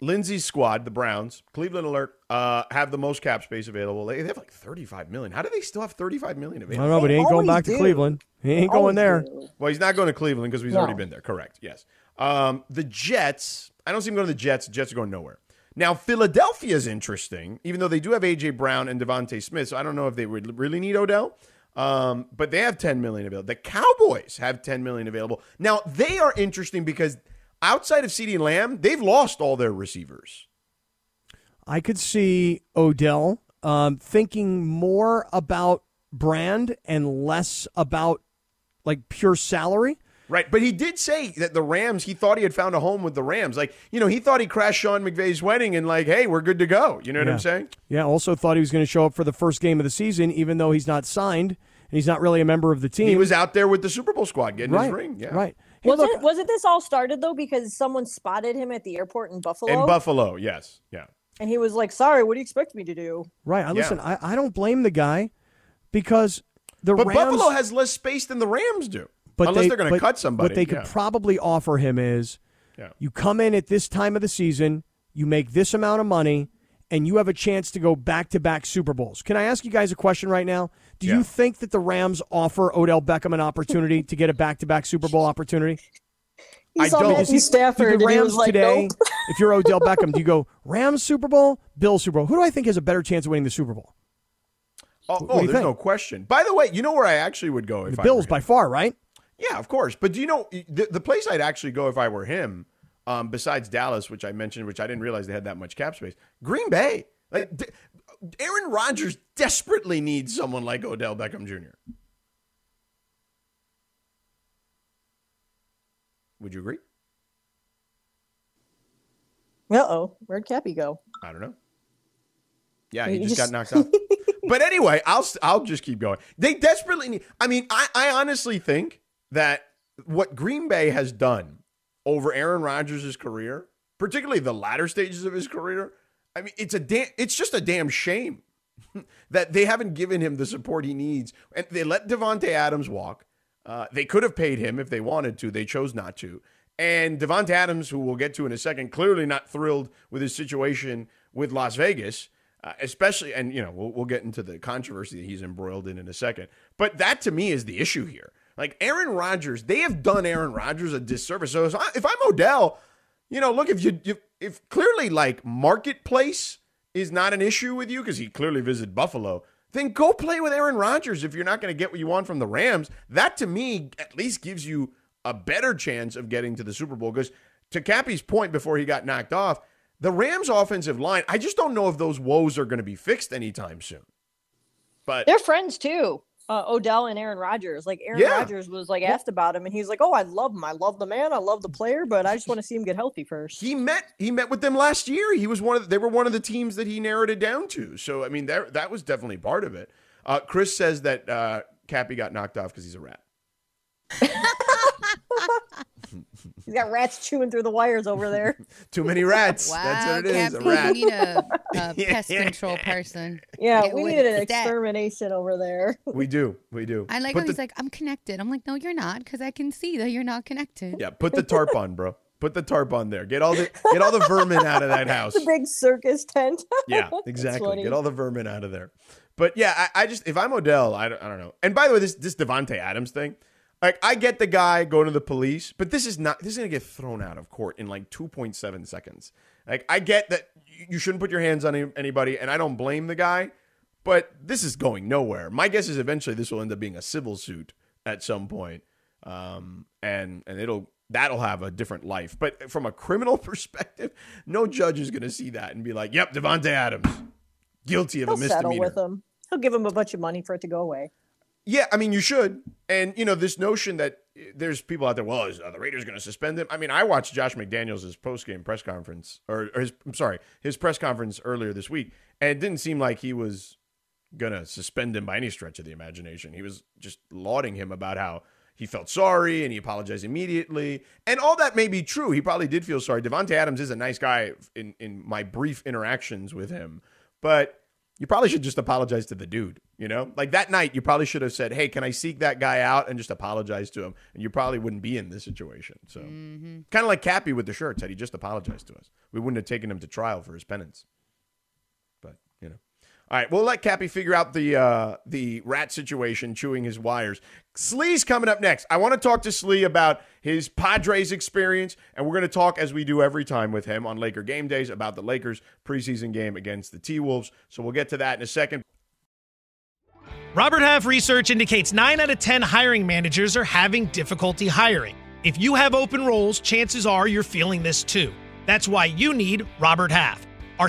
E: Lindsey's squad, the Browns, Cleveland Alert, uh, have the most cap space available. They, they have like thirty five million. How do they still have thirty five million
D: I
E: available?
D: don't know, but he ain't going back to Cleveland. He ain't going there.
E: Well, he's not going to Cleveland because he's
D: Oh, No.
E: already been there. Correct. Yes. Um, the Jets. I don't see him going to the Jets. The Jets are going nowhere. Now Philadelphia is interesting, even though they do have AJ Brown and Devontae Smith. So I don't know if they would really need Odell. Um, but they have 10 million available. The Cowboys have 10 million available. Now they are interesting because outside of CeeDee Lamb, they've lost all their receivers.
D: I could see Odell um, thinking more about brand and less about like pure salary.
E: Right, but he did say that the Rams. He thought he had found a home with the Rams. Like, you know, he thought he crashed Sean McVay's wedding and like, hey, we're good to go. You know what
D: Yeah.
E: I'm saying?
D: Yeah, also thought he was going to show up for the first game of the season, even though he's not signed and he's not really a member of the team.
E: He was out there with the Super Bowl squad getting
D: right,
E: his ring. Yeah.
D: Right. Hey,
M: Was
D: look,
M: it was it this all started though because someone spotted him at the airport in Buffalo?
E: In Buffalo, yes. Yeah.
M: And he was like, "Sorry, what do you expect me to do?"
D: Right. I listen. I, I don't blame the guy because the
E: But
D: Rams.
E: Buffalo has less space than the Rams do.
D: but
E: unless
D: they,
E: are going to
D: but
E: cut somebody.
D: What they could
E: yeah.
D: probably offer him is,
E: Yeah.
D: you come in at this time of the season, you make this amount of money, and you have a chance to go back to back Super Bowls. Can I ask you guys a question right now? Do you think that the Rams offer Odell Beckham an opportunity to get a back to back Super Bowl opportunity?
M: He saw Matthew
D: Is he- do
M: Stafford
D: the
M: and he
D: Rams
M: was like,
D: today.
M: "Nope."
D: if you're Odell Beckham, do you go Rams Super Bowl, Bill Super Bowl? Who do I think has a better chance of winning the Super Bowl?
E: Oh,
D: do
E: oh
D: you
E: there's
D: think?
E: no question. By the way, you know where I actually would go if
D: The
E: I
D: Bills by far, right?
E: Yeah, of course. But do you know the, the place I'd actually go if I were him, um, besides Dallas, which I mentioned, which I didn't realize they had that much cap space? Green Bay. Like d- Aaron Rodgers desperately needs someone like Odell Beckham Jr. Would you agree?
M: Uh oh, where'd Cappy go?
E: I don't know. Yeah, he
M: You
E: just,
M: just-
E: got knocked out. but anyway, I'll I'll just keep going. They desperately need. I mean, I I honestly think that what Green Bay has done over Aaron Rodgers' career, particularly the latter stages of his career, I mean, it's a damn. It's just a damn shame that they haven't given him the support he needs. And they let Devonte Adams walk. Uh, they could have paid him if they wanted to. They chose not to. And Devonte Adams, who we'll get to in a second, clearly not thrilled with his situation with Las Vegas, uh, especially. And you know, we'll, we'll get into the controversy that he's embroiled in in a second. But that to me is the issue here. Like Aaron Rodgers, they have done Aaron Rodgers a disservice. So if I- if I'm Odell, you know, look if you, you if clearly like marketplace is not an issue with you because he clearly visited Buffalo, then go play with Aaron Rodgers if you're not going to get what you want from the Rams. That to me at least gives you a better chance of getting to the Super Bowl because to Cappy's point before he got knocked off, the Rams offensive line, I just don't know if those woes are going to be fixed anytime soon. But
M: They're friends too. Uh, Odell and Aaron Rodgers. Like Aaron
E: Yeah.
M: Rodgers was like asked about him, and he's like, "Oh, I love him. I love the man. I love the player, but I just want to see him get healthy first.
E: he met he met with them last year. He was one of the, they were one of the teams that he narrowed it down to. So I mean that that was definitely part of it. Uh, Chris says that uh, Cappy got knocked off because he's a rat.
M: He's got rats chewing through the wires over there.
E: Too many rats. That's what it is. A rat.
L: need a, a pest control person.
M: Yeah,
L: Get
M: we
L: with
M: need an
L: that.
M: extermination over there.
E: We do. We do.
L: I like
E: put
L: how
E: the,
L: he's like, I'm connected. I'm like, no, you're not, because I can see that you're not connected.
E: Yeah, put the tarp on, bro. Put the tarp on there. Get all the get all the vermin out of that house.
M: the big circus tent.
E: Yeah,
M: That's
E: exactly.
M: funny.
E: Get all the vermin out of there. But yeah, I, I just if I'm Odell, I don't, I don't know. And by the way, this this Devonte Adams thing, like I get the guy going to the police, but this is not this is gonna get thrown out of court in like 2.7 seconds. Like I get that you- you shouldn't put your hands on any- anybody, and I don't blame the guy, but this is going nowhere. My guess is eventually this will end up being a civil suit at some point, um, and and it'll that'll have a different life. But from a criminal perspective, no judge is gonna see that and be like, "Yep, Devonte Adams." guilty of
M: He'll
E: a
M: settle
E: misdemeanor.
M: with him. He'll give him a bunch of money for it to go away.
E: Yeah, I mean, you should. And, you know, this notion that uh, there's people out there, well, is, are the Raiders going to suspend him? I mean, I watched Josh McDaniels' postgame press conference, or, or his, I'm sorry, his press conference earlier this week, and it didn't seem like he was going to suspend him by any stretch of the imagination. He was just lauding him about how he felt sorry and he apologized immediately. And all that may be true. He probably did feel sorry. Devontae Adams is a nice guy in, in my brief interactions with him, but you probably should just apologize to the dude, you know? Like that night, you probably should have said, hey, can I seek that guy out and just apologize to him? And you probably wouldn't be in this situation. So, kind of like Cappy with the shirts, had he just apologized to us, we wouldn't have taken him to trial for his penance. But, you know. All right, we'll let Cappy figure out the uh, the rat situation, chewing his wires. Slee's coming up next. I want to talk to Slee about his Padres experience, and we're going to talk as we do every time with him on Laker game days about the Lakers preseason game against the T Wolves. So we'll get to that in a second.
N: Robert Half research indicates 9 out of 10 hiring managers are having difficulty hiring. If you have open roles, chances are you're feeling this too. That's why you need Robert Half. Our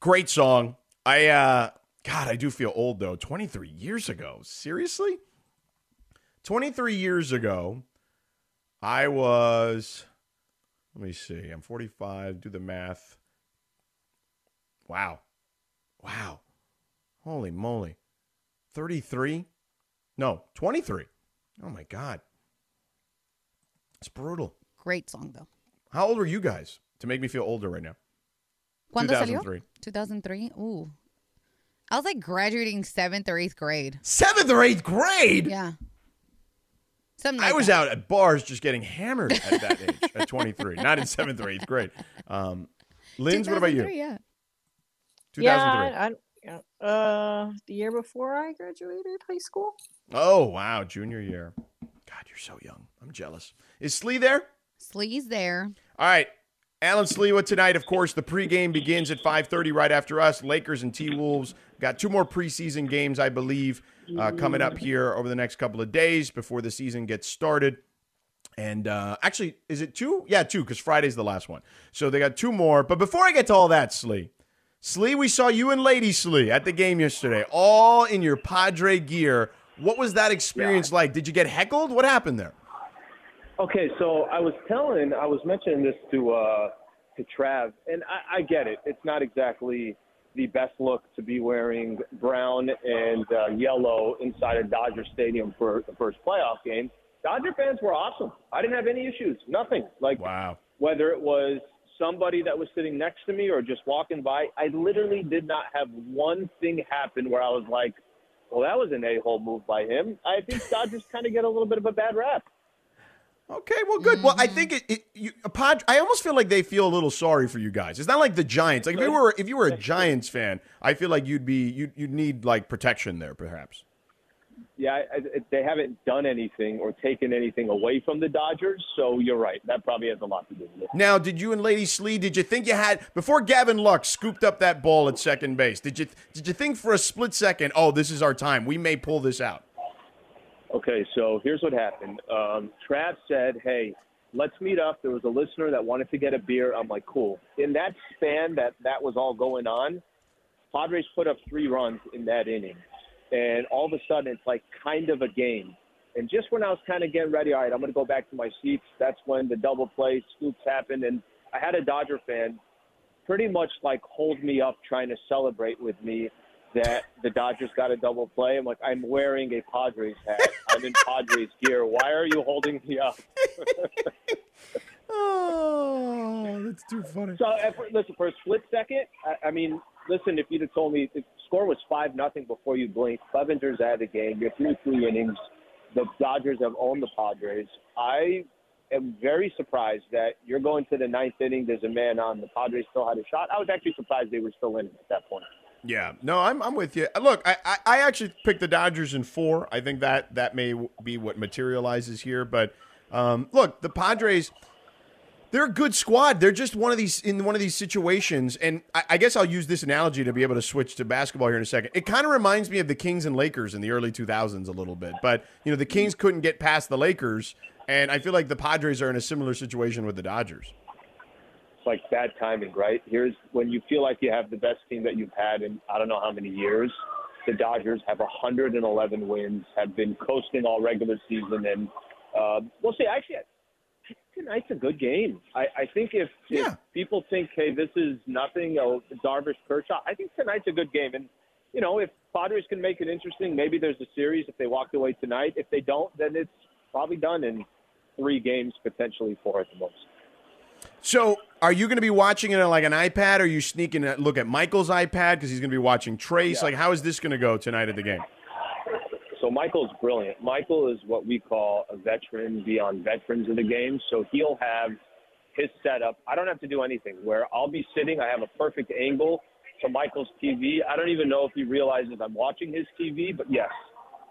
E: Great song. I uh God, I do feel old though. 23 years ago. Seriously? 23 years ago, I was let me see. I'm 45, do the math. Wow. Wow. Holy moly. 33? No, 23. Oh my god. It's brutal.
L: Great song though.
E: How old were you guys to make me feel older right now?
L: ¿Cuándo salió?
E: 2003.
L: 2003. Ooh. I was like graduating seventh or eighth grade.
E: Seventh or eighth grade?
L: Yeah. Something
E: I
L: like
E: was out
L: that.
E: at bars just getting hammered at that age, at 23, not in seventh or eighth grade. Um, Linz, what about you?
L: 2003, Yeah.
M: Yeah, I, I- yeah, uh, the year before I graduated high school.
E: Oh, wow. Junior year. God, you're so young. I'm jealous. Is Slee there?
L: Slee's there.
E: All right. Alan Slewa tonight, of course, the pregame begins at 5.30 right after us. Lakers and T-Wolves got two more preseason games, I believe, uh, coming up here over the next couple of days before the season gets started. And uh, actually, is it two? Yeah, two, because Friday's the last one. So they got two more. But before I get to all that, Slee, Slee, we saw you and Lady Slee at the game yesterday, all in your Padre gear. What was that experience like? Did you get heckled? What happened there?
O: Okay, so I was telling, I was mentioning this to uh, to Trav, and I, I get it. It's not exactly the best look to be wearing brown and uh, yellow inside a Dodger Stadium for the first playoff game. Dodger fans were awesome. I didn't have any issues. Nothing. Like
E: wow.
O: Whether it was somebody that was sitting next to me or just walking by, I literally did not have one thing happen where I was like, "Well, that was an a-hole move by him." I think Dodgers kind of get a little bit of a bad rap.
E: Okay, well, good. Well, I think it. it you, a pod, I almost feel like they feel a little sorry for you guys. It's not like the Giants. Like if you were if you were a Giants fan, I feel like you'd be you you'd need like protection there, perhaps.
O: Yeah, I, I, they haven't done anything or taken anything away from the Dodgers, so you're right. That probably has a lot to do with it.
E: Now, did you and Lady Slee? Did you think you had before Gavin Lux scooped up that ball at second base? Did you did you think for a split second, oh, this is our time. We may pull this out.
O: Okay, so here's what happened. Um, Trav said, "Hey, let's meet up." There was a listener that wanted to get a beer. I'm like, "Cool." In that span that that was all going on, Padres put up three runs in that inning, and all of a sudden it's like kind of a game. And just when I was kind of getting ready, all right, I'm going to go back to my seats. That's when the double play scoops happened, and I had a Dodger fan pretty much like hold me up trying to celebrate with me that the Dodgers got a double play. I'm like, I'm wearing a Padres hat. I'm in Padres gear. Why are you holding me up?
D: Oh, that's too funny.
O: So at, fir- listen, for a split second, I, I mean, listen, if you'd have told me the score was five nothing before you blinked, Clevenger's out of the game. You're through three innings. The Dodgers have owned the Padres. I am very surprised that you're going to the ninth inning. There's a man on. The Padres still had a shot. I was actually surprised they were still in it at that point.
E: Yeah, no, I'm I'm with you. Uh, Look, I, I, I actually picked the Dodgers in four. I think that that may w- be what materializes here. But um, look, the Padres, they're a good squad. They're just one of these in one of these situations. And I, I guess I'll use this analogy to be able to switch to basketball here in a second. It kind of reminds me of the Kings and Lakers in the early 2000s a little bit. But you know, the Kings couldn't get past the Lakers, and I feel like the Padres are in a similar situation with the Dodgers.
O: it's like bad timing, right? Here's when you feel like you have the best team that you've had in I don't know how many years. The Dodgers have 111 wins, have been coasting all regular season, and uh, we'll see. Actually, I think tonight's a good game. I, I think if, if people think, hey, this is nothing, oh, Darvish Kershaw, I think tonight's a good game. And, you know, if Padres can make it interesting, maybe there's a series if they walk away tonight. If they don't, then it's probably done in three games, potentially four at the most.
E: So, are you going to be watching it on like an iPad? Or are you sneaking a look at Michael's iPad because he's going to be watching Trace? Like, how is this going to go tonight at the game?
O: So Michael's brilliant. Michael is what we call a veteran beyond veterans of the game. So he'll have his setup. I don't have to do anything. Where I'll be sitting, I have a perfect angle to Michael's TV. I don't even know if he realizes I'm watching his TV, but yes,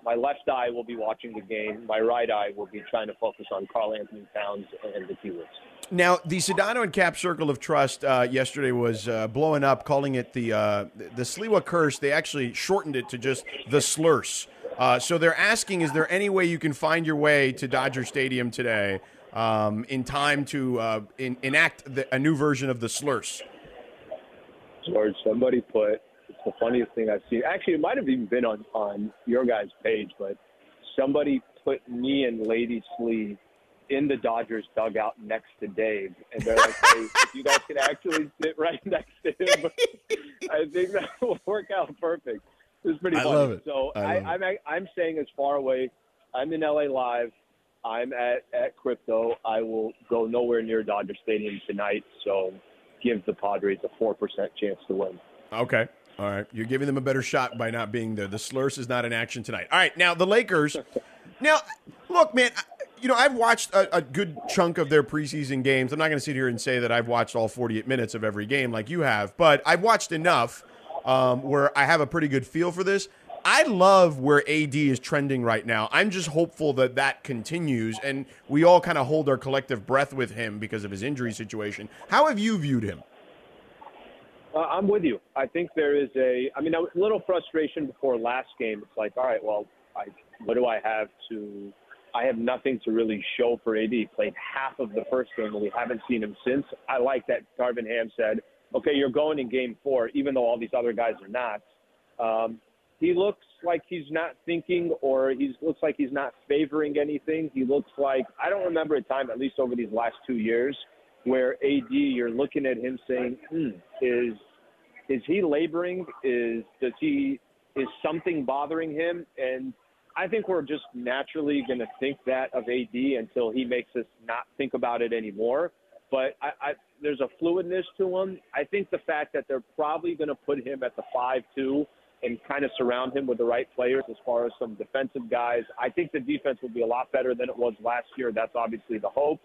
O: my left eye will be watching the game. My right eye will be trying to focus on Carl Anthony Towns and the Keywords.
E: Now, the Sedano and Cap Circle of Trust uh, yesterday was uh, blowing up, calling it the uh, the Sliwa curse. They actually shortened it to just the slurs. Uh, so they're asking, is there any way you can find your way to Dodger Stadium today um, in time to uh, in, enact the, a new version of the slurs?
O: George, somebody put it's the funniest thing I've seen. Actually, it might have even been on on your guys' page, but somebody put me and Lady Slee in the Dodgers dugout next to Dave, and they're like, "Hey, if you guys could actually sit right next to him, I think that will work out perfect." It was pretty
E: I
O: funny.
E: love it.
O: So
E: I
O: I,
E: love it.
O: I'm ac- I'm staying as far away. I'm in LA live. I'm at at crypto. I will go nowhere near Dodger Stadium tonight. So give the Padres a four percent chance to win.
E: Okay. All right. You're giving them a better shot by not being there. The slurs is not in action tonight. All right. Now, the Lakers. now, look, man, I- you know, I've watched a, a good chunk of their preseason games. I'm not going to sit here and say that I've watched all 48 minutes of every game like you have, but I've watched enough um, where I have a pretty good feel for this. I love where AD is trending right now. I'm just hopeful that that continues and we all kind of hold our collective breath with him because of his injury situation. How have you viewed him?
O: Uh, I'm with you. I think there is a, I mean, a little frustration before last game. It's like, all right, well, I, what do I have to, I have nothing to really show for AD. He Played half of the first game and we haven't seen him since. I like that Darvin Ham said, okay, you're going in game four, even though all these other guys are not. Um, he looks like he's not thinking or he looks like he's not favoring anything. He looks like, I don't remember a time, at least over these last two years, where AD, you're looking at him saying, hmm, is is he laboring? Is does he is something bothering him? And I think we're just naturally going to think that of AD until he makes us not think about it anymore. But I, I, there's a fluidness to him. I think the fact that they're probably going to put him at the five two and kind of surround him with the right players as far as some defensive guys. I think the defense will be a lot better than it was last year. That's obviously the hope.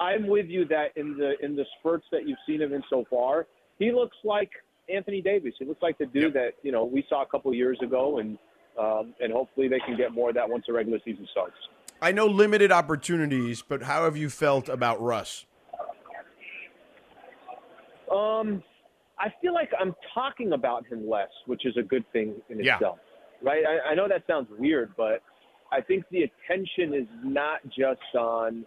O: I'm with you that in the in the spurts that you've seen of him so far, he looks like Anthony Davis. He looks like the dude that you know we saw a couple years ago, and um, and hopefully they can get more of that once the regular season starts.
E: I know limited opportunities, but how have you felt about Russ?
O: Um, I feel like I'm talking about him less, which is a good thing in
E: Yeah.
O: itself, right? I, I know that sounds weird, but I think the attention is not just on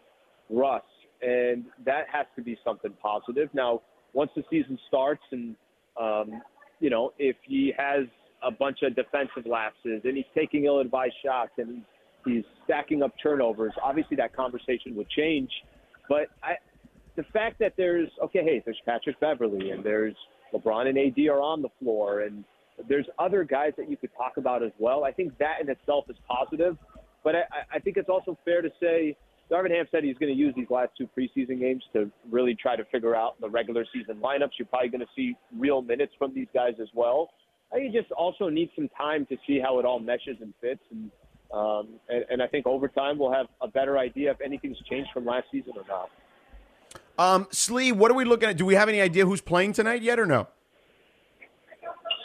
O: Russ, and that has to be something positive. Now, once the season starts, and um, you know, if he has a bunch of defensive lapses and he's taking ill-advised shots and he's, he's stacking up turnovers, obviously that conversation would change. But I, the fact that there's okay, hey, there's Patrick Beverly and there's LeBron and AD are on the floor and there's other guys that you could talk about as well. I think that in itself is positive, but I, I- I think it's also fair to say Darvin Ham said he's going to use these last two preseason games to really try to figure out the regular season lineups. You're probably going to see real minutes from these guys as well. I think you just also need some time to see how it all meshes and fits, and um, and, and I think over time we'll have a better idea if anything's changed from last season or not.
E: Um, Slee, what are we looking at? Do we have any idea who's playing tonight yet or no?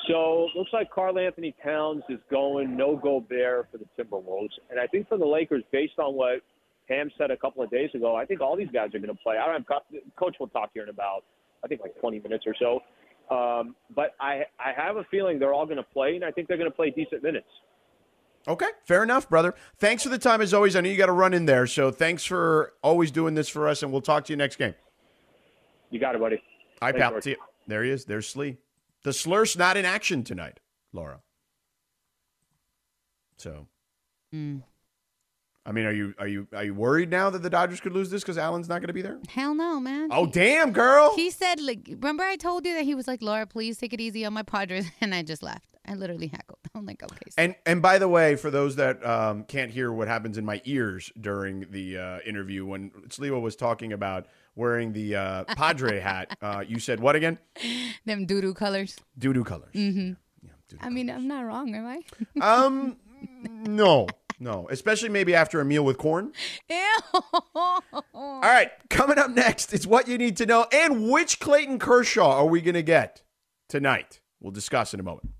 O: So looks like Carl Anthony Towns is going no go bear for the Timberwolves, and I think for the Lakers, based on what Ham said a couple of days ago, I think all these guys are going to play. I don't have, coach will talk here in about I think like 20 minutes or so, um, but I I have a feeling they're all going to play, and I think they're going to play decent minutes.
E: Okay, fair enough, brother. Thanks for the time as always. I know you got to run in there, so thanks for always doing this for us, and we'll talk to you next game.
O: You got it, buddy.
E: Hi,
O: Thanks,
E: pal.
O: George.
E: See you. There he is. There's Slee. The slur's not in action tonight, Laura. So,
O: Hmm.
E: I mean, are you are you are you worried now that the Dodgers could lose this because Allen's not going to be there?
L: Hell no, man.
E: Oh, damn, girl.
L: He said, like, remember I told you that he was like, Laura, please take it easy on my Padres, and I just laughed. I literally heckled. I'm like, okay.
E: And and by the way, for those that um, can't hear what happens in my ears during the uh, interview when Sliwa was talking about wearing the uh, Padre hat, uh, you said what again?
L: Them doo doo colors.
E: Doo doo colors.
L: Mm-hmm. I mean, I'm not wrong, am I?
E: Um, no, no, especially maybe after a meal with corn. All right, coming up next, it's what you need to know and which Clayton Kershaw are we going to get tonight? We'll discuss in a moment.